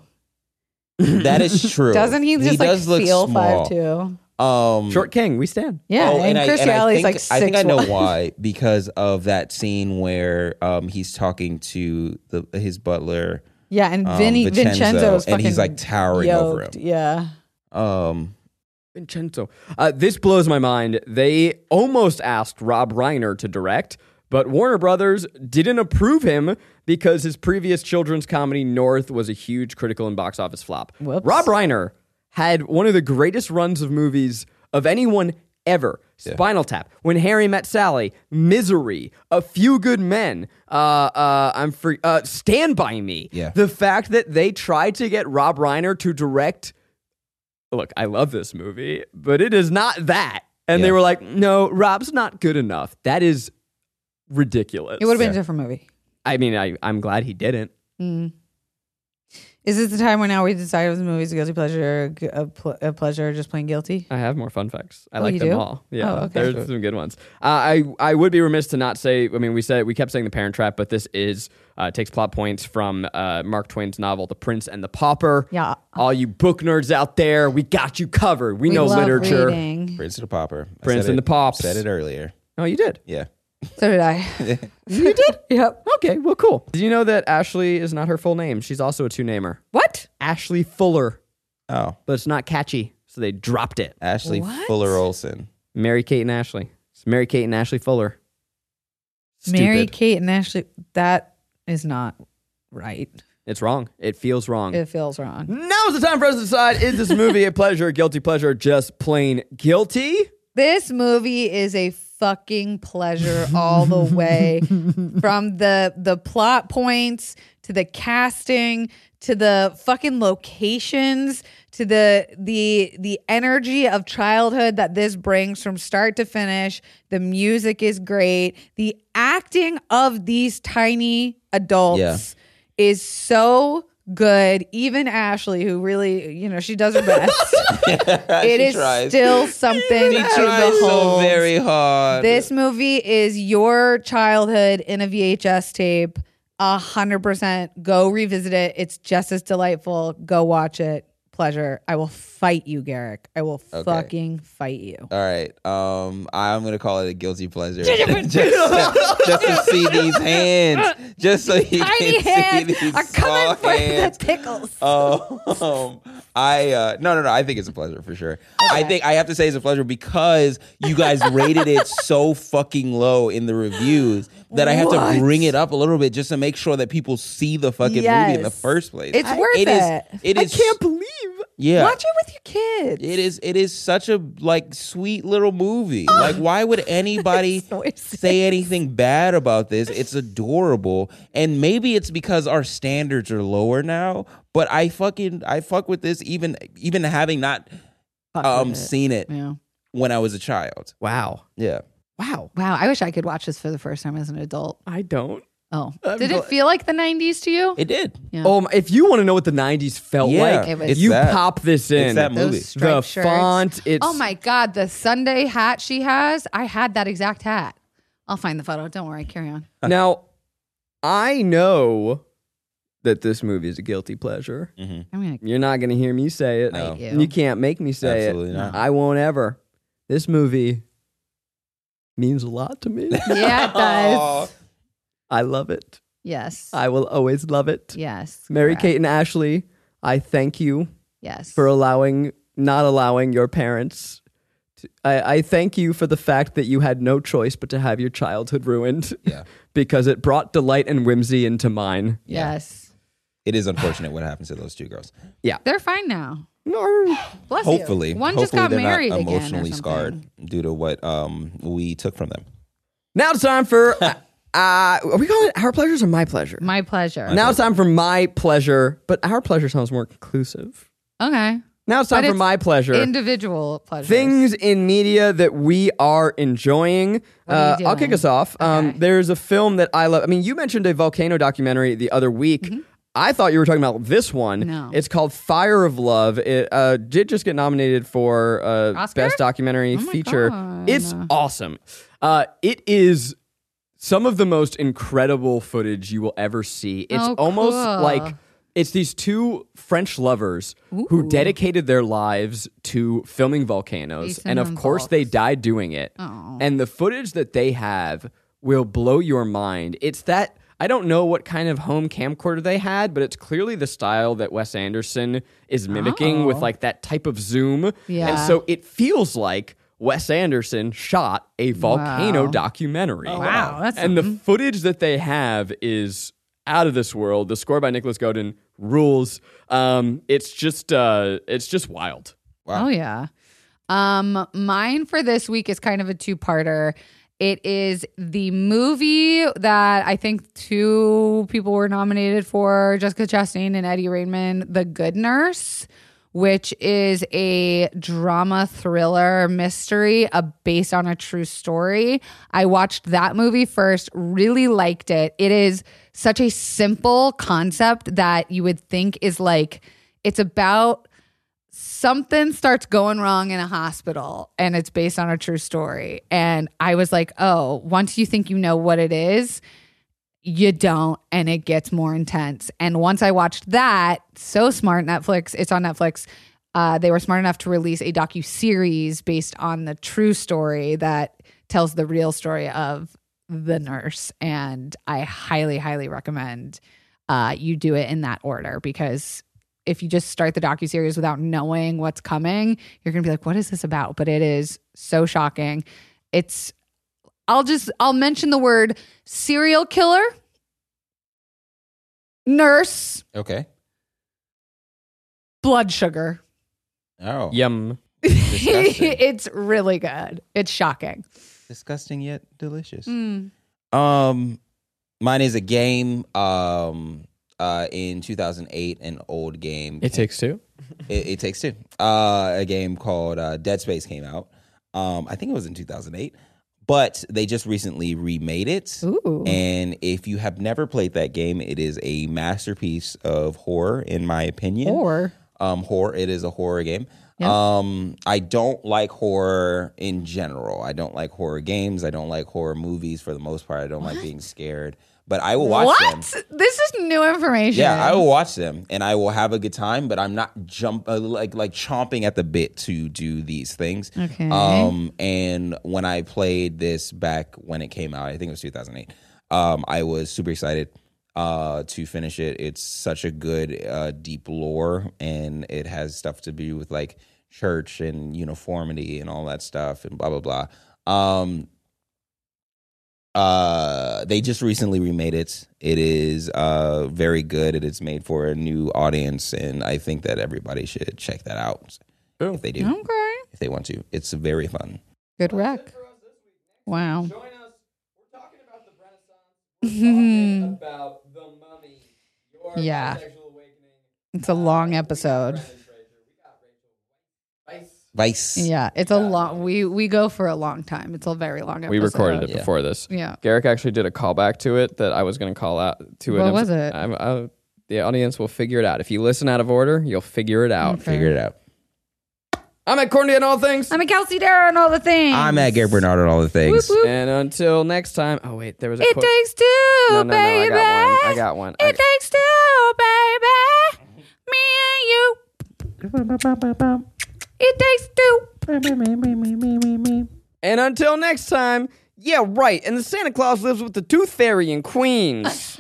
[SPEAKER 4] That is true.
[SPEAKER 3] Doesn't he just like
[SPEAKER 4] does look
[SPEAKER 3] feel
[SPEAKER 4] small.
[SPEAKER 3] five two?
[SPEAKER 4] Um,
[SPEAKER 2] short king. We stand.
[SPEAKER 3] Yeah,
[SPEAKER 4] Oh,
[SPEAKER 3] and,
[SPEAKER 4] I-
[SPEAKER 3] Chris
[SPEAKER 4] I
[SPEAKER 3] Alley's
[SPEAKER 4] think-
[SPEAKER 3] like six.
[SPEAKER 4] I think I know
[SPEAKER 3] one.
[SPEAKER 4] why because of that scene where um, he's talking to the his butler,
[SPEAKER 3] Yeah, and
[SPEAKER 4] um,
[SPEAKER 3] Vinny Vincenzo,
[SPEAKER 4] Vincenzo,
[SPEAKER 3] is
[SPEAKER 4] and
[SPEAKER 3] fucking
[SPEAKER 4] he's like towering over
[SPEAKER 3] yoked.
[SPEAKER 4] him.
[SPEAKER 3] Yeah,
[SPEAKER 4] Um,
[SPEAKER 2] Vincenzo. Uh, this blows my mind. They almost asked Rob Reiner to direct, but Warner Brothers didn't approve him because his previous children's comedy, North, was a huge critical and box office flop.
[SPEAKER 3] Whoops.
[SPEAKER 2] Rob Reiner had one of the greatest runs of movies of anyone ever. Spinal Tap, When Harry Met Sally, Misery, A Few Good Men, uh, uh, I'm free, uh, Stand By Me.
[SPEAKER 4] Yeah.
[SPEAKER 2] The fact that they tried to get Rob Reiner to direct look, I love this movie, but it is not that. And they
[SPEAKER 4] Yeah.
[SPEAKER 2] were like, no, Rob's not good enough. That is ridiculous.
[SPEAKER 3] it would have been a different movie.
[SPEAKER 2] I mean, I, I'm glad he didn't.
[SPEAKER 3] Is this the time where now we decide if the movie's a guilty pleasure, gu- a, pl- a pleasure, just plain guilty?
[SPEAKER 2] I have more fun facts. I
[SPEAKER 3] Oh,
[SPEAKER 2] like
[SPEAKER 3] you
[SPEAKER 2] them
[SPEAKER 3] do?
[SPEAKER 2] all. Yeah,
[SPEAKER 3] Oh, okay.
[SPEAKER 2] there's some good ones. Uh, I I would be remiss to not say. I mean, we said we kept saying the Parent Trap, but this is uh, takes plot points from uh, Mark Twain's novel The Prince and the Pauper.
[SPEAKER 3] Yeah.
[SPEAKER 2] all you book nerds out there, we got you covered. We,
[SPEAKER 3] We
[SPEAKER 2] know
[SPEAKER 3] love
[SPEAKER 2] literature.
[SPEAKER 3] reading.
[SPEAKER 4] Prince and the Popper, I
[SPEAKER 2] Prince
[SPEAKER 4] said
[SPEAKER 2] and
[SPEAKER 4] it-
[SPEAKER 2] the Pops.
[SPEAKER 4] Said it earlier.
[SPEAKER 2] Oh, you did.
[SPEAKER 4] Yeah.
[SPEAKER 3] So did I. you did? Yep.
[SPEAKER 2] Okay, well, cool. Did you know that Ashley is not her full name? She's also a two namer.
[SPEAKER 3] What?
[SPEAKER 2] Ashley Fuller,
[SPEAKER 4] Oh,
[SPEAKER 2] but it's not catchy, so they dropped it.
[SPEAKER 4] Ashley
[SPEAKER 3] What?
[SPEAKER 4] Fuller Olson.
[SPEAKER 2] Mary Kate and Ashley. It's Mary Kate and Ashley Fuller.
[SPEAKER 3] Mary
[SPEAKER 2] Stupid.
[SPEAKER 3] Kate and Ashley. That is not right.
[SPEAKER 2] It's wrong. It feels wrong.
[SPEAKER 3] It feels wrong.
[SPEAKER 2] Now's the time for us to decide is this movie a pleasure, guilty pleasure, or just plain guilty?
[SPEAKER 3] This movie is a fucking pleasure all the way from the the plot points to the casting to the fucking locations to the the the energy of childhood that this brings from start to finish. The music is great. The acting of these tiny adults
[SPEAKER 4] Yeah.
[SPEAKER 3] is so good. Even Ashley, who really, you know, she does her best. it is
[SPEAKER 4] tries.
[SPEAKER 3] still something
[SPEAKER 4] She
[SPEAKER 3] to
[SPEAKER 4] tries so
[SPEAKER 3] behold.
[SPEAKER 4] very hard.
[SPEAKER 3] this movie is your childhood in a VHS tape. A hundred percent. Go revisit it. It's just as delightful. Go watch it.
[SPEAKER 6] pleasure. I will fight you, Garrick. I will fucking fight you.
[SPEAKER 4] All right. Um, I'm gonna call it a guilty pleasure. just, to, just to see these hands. Just so you
[SPEAKER 3] Tiny
[SPEAKER 4] can
[SPEAKER 3] hands
[SPEAKER 4] see these Oh,
[SPEAKER 3] are
[SPEAKER 4] small
[SPEAKER 3] coming for
[SPEAKER 4] hands.
[SPEAKER 3] the pickles.
[SPEAKER 4] Um, I uh, no no no. I think it's a pleasure for sure. I think I have to say it's a pleasure because you guys rated it so fucking low in the reviews that I have to bring it up a little bit just to make sure that people see the fucking movie in the
[SPEAKER 6] Yes.
[SPEAKER 4] first place.
[SPEAKER 6] It's worth
[SPEAKER 4] It is.
[SPEAKER 6] it.
[SPEAKER 4] It
[SPEAKER 2] I
[SPEAKER 4] is.
[SPEAKER 2] can't believe.
[SPEAKER 4] yeah.
[SPEAKER 6] Watch it with your kids.
[SPEAKER 4] It is it is such a like sweet little movie. Like why would anybody say anything bad about this? It's adorable. And maybe it's because our standards are lower now, but I fucking I fuck with this even even having not um seen it
[SPEAKER 3] Yeah.
[SPEAKER 4] when I was a child.
[SPEAKER 2] Wow.
[SPEAKER 4] Yeah.
[SPEAKER 2] Wow.
[SPEAKER 3] Wow, I wish I could watch this for the first time as an adult.
[SPEAKER 2] I don't.
[SPEAKER 3] Oh,
[SPEAKER 2] I'm
[SPEAKER 3] did it
[SPEAKER 2] gl-
[SPEAKER 3] feel like the '90s to you?
[SPEAKER 4] It did.
[SPEAKER 3] Yeah.
[SPEAKER 2] Um, if you want to know what the '90s felt
[SPEAKER 4] Yeah,
[SPEAKER 2] like,
[SPEAKER 3] It was-
[SPEAKER 2] you
[SPEAKER 4] it's that.
[SPEAKER 2] pop this in.
[SPEAKER 4] It's that movie.
[SPEAKER 3] Those
[SPEAKER 2] the
[SPEAKER 3] striped shirts.
[SPEAKER 2] font. It's
[SPEAKER 3] oh my god, the Sunday hat she has. I had that exact hat. I'll find the photo. Don't worry. Carry on.
[SPEAKER 2] Now, I know that this movie is a guilty pleasure.
[SPEAKER 3] I'm gonna.
[SPEAKER 2] You're not going to hear me say it.
[SPEAKER 4] No.
[SPEAKER 3] you.
[SPEAKER 2] And You can't make me say
[SPEAKER 4] Absolutely
[SPEAKER 2] it.
[SPEAKER 4] not.
[SPEAKER 2] I won't ever. This movie means a lot to me.
[SPEAKER 3] Yeah, it does.
[SPEAKER 2] I love it.
[SPEAKER 3] yes.
[SPEAKER 2] I will always love it.
[SPEAKER 3] yes.
[SPEAKER 2] Mary
[SPEAKER 3] correct.
[SPEAKER 2] Kate and Ashley, I thank you
[SPEAKER 3] Yes.
[SPEAKER 2] for allowing, not allowing your parents. To, I, I thank you for the fact that you had no choice but to have your childhood ruined.
[SPEAKER 4] Yeah.
[SPEAKER 2] because it brought delight and whimsy into mine.
[SPEAKER 4] Yeah.
[SPEAKER 3] Yes.
[SPEAKER 4] It is unfortunate what happened to those two girls.
[SPEAKER 3] They're fine now.
[SPEAKER 2] No.
[SPEAKER 3] Bless you.
[SPEAKER 4] Hopefully,
[SPEAKER 3] One
[SPEAKER 4] hopefully
[SPEAKER 3] just got
[SPEAKER 4] they're
[SPEAKER 3] married
[SPEAKER 4] not
[SPEAKER 3] again or
[SPEAKER 4] emotionally
[SPEAKER 3] something.
[SPEAKER 4] scarred due to what um we took from them.
[SPEAKER 2] Now it's time for. Uh, are we calling it our pleasures or my pleasure?
[SPEAKER 3] My pleasure.
[SPEAKER 2] now it's time for my pleasure, but our pleasure sounds more conclusive.
[SPEAKER 3] Okay.
[SPEAKER 2] Now it's
[SPEAKER 3] But
[SPEAKER 2] time for
[SPEAKER 3] it's
[SPEAKER 2] my pleasure.
[SPEAKER 3] Individual pleasures.
[SPEAKER 2] Things in media that we are enjoying.
[SPEAKER 3] are you
[SPEAKER 2] Uh, I'll kick
[SPEAKER 3] doing?
[SPEAKER 2] us off. Um,
[SPEAKER 3] Okay.
[SPEAKER 2] there's a film that I love. I mean, you mentioned a volcano documentary the other week. I thought you were talking about this one.
[SPEAKER 3] Mm-hmm. No.
[SPEAKER 2] It's called Fire of Love. It uh, did just get nominated for uh,
[SPEAKER 3] Oscar? Oh
[SPEAKER 2] Best Documentary
[SPEAKER 3] my
[SPEAKER 2] Feature.
[SPEAKER 3] God.
[SPEAKER 2] It's awesome. Uh, it is some of the most incredible footage you will ever see. It's
[SPEAKER 3] Oh,
[SPEAKER 2] almost
[SPEAKER 3] cool.
[SPEAKER 2] like it's these two French lovers who dedicated their lives to filming volcanoes,
[SPEAKER 3] Ethan
[SPEAKER 2] and of
[SPEAKER 3] and
[SPEAKER 2] course they died doing it. And the footage that they have will blow your mind. It's that I don't know what kind of home camcorder they had, but it's clearly the style that Wes Anderson is mimicking with like that type of zoom. And
[SPEAKER 3] Yeah.
[SPEAKER 2] so it feels like Wes Anderson shot a volcano documentary.
[SPEAKER 5] wow. That's
[SPEAKER 2] and the footage that they have is out of this world. The score by Nicholas Godin rules. Um, it's just uh, it's just wild.
[SPEAKER 3] Oh yeah. Um, mine for this week is kind of a two-parter. It is the movie that I think two people were nominated for: Jessica Chastain and Eddie Raymond, The Good Nurse, which is a drama thriller mystery uh, based on a true story. I watched that movie first, really liked it. It is such a simple concept that you would think is like it's about something starts going wrong in a hospital and it's based on a true story. And I was like, oh, once you think you know what it is, you don't and it gets more intense and once i watched that so smart netflix it's on netflix uh, they were smart enough to release a docu-series based on the true story that tells the real story of the nurse and i highly highly recommend uh, you do it in that order because if you just start the docu-series without knowing what's coming you're gonna be like what is this about but it is so shocking it's I'll just I'll mention the word serial killer, nurse,
[SPEAKER 4] Okay.
[SPEAKER 3] blood sugar.
[SPEAKER 4] Oh.
[SPEAKER 2] Yum.
[SPEAKER 4] Disgusting.
[SPEAKER 3] it's really good. It's shocking.
[SPEAKER 4] disgusting yet delicious.
[SPEAKER 3] Mm.
[SPEAKER 4] Um, mine is a game. Um, uh, in 2008, an old game.
[SPEAKER 2] It takes two.
[SPEAKER 4] it, it takes two. Uh, a game called uh, Dead Space came out. Um, I think it was in 2008, but they just recently remade it.
[SPEAKER 3] Ooh.
[SPEAKER 4] And if you have never played that game, it is a masterpiece of horror, in my opinion.
[SPEAKER 3] Or
[SPEAKER 4] Um, horror. It is a horror game.
[SPEAKER 3] Yeah.
[SPEAKER 4] Um, I don't like horror in general. I don't like horror games. I don't like horror movies for the most part. I don't like being scared. but I will watch them.
[SPEAKER 3] What? This is new information.
[SPEAKER 4] Yeah, I will watch them and I will have a good time, but I'm not jump uh, like like chomping at the bit to do these things.
[SPEAKER 3] Okay.
[SPEAKER 4] Um, and when I played this back when it came out, I think it was 2008. Um, I was super excited uh to finish it. It's such a good uh deep lore and it has stuff to do with like church and uniformity and all that stuff and blah blah blah. Um uh, they just recently remade it. It is uh very good. It is made for a new audience, and I think that everybody should check that out if they do,
[SPEAKER 3] Okay.
[SPEAKER 4] if they want to. It's very fun.
[SPEAKER 3] Good rec. Wow.
[SPEAKER 7] About the mummy. Your
[SPEAKER 3] Yeah.
[SPEAKER 7] sexual awakening. Uh,
[SPEAKER 3] It's a long episode.
[SPEAKER 4] Vice.
[SPEAKER 3] Yeah, it's a long. We we go for a long time. It's a very long. episode.
[SPEAKER 2] We recorded it before this.
[SPEAKER 3] Yeah.
[SPEAKER 2] Garrick actually did a callback to it that I was going to call out to.
[SPEAKER 3] What
[SPEAKER 2] an
[SPEAKER 3] was it?
[SPEAKER 2] I'm, I, the audience will figure it out. If you listen out of order, you'll figure it out.
[SPEAKER 4] Figure it out.
[SPEAKER 2] I'm at Corny on all things.
[SPEAKER 3] I'm a Kelsey Dara and all the things.
[SPEAKER 4] I'm at Garrett Bernard on all the things.
[SPEAKER 2] and until next time. Oh wait, there was a
[SPEAKER 3] It
[SPEAKER 2] quote.
[SPEAKER 3] takes two,
[SPEAKER 2] No, no, no,
[SPEAKER 3] baby.
[SPEAKER 2] I got one. I got one. I
[SPEAKER 3] It
[SPEAKER 2] got-
[SPEAKER 3] takes two, baby. Me and you. It takes two.
[SPEAKER 2] And until next time. Yeah, right. And the Santa Claus lives with the Tooth Fairy in Queens.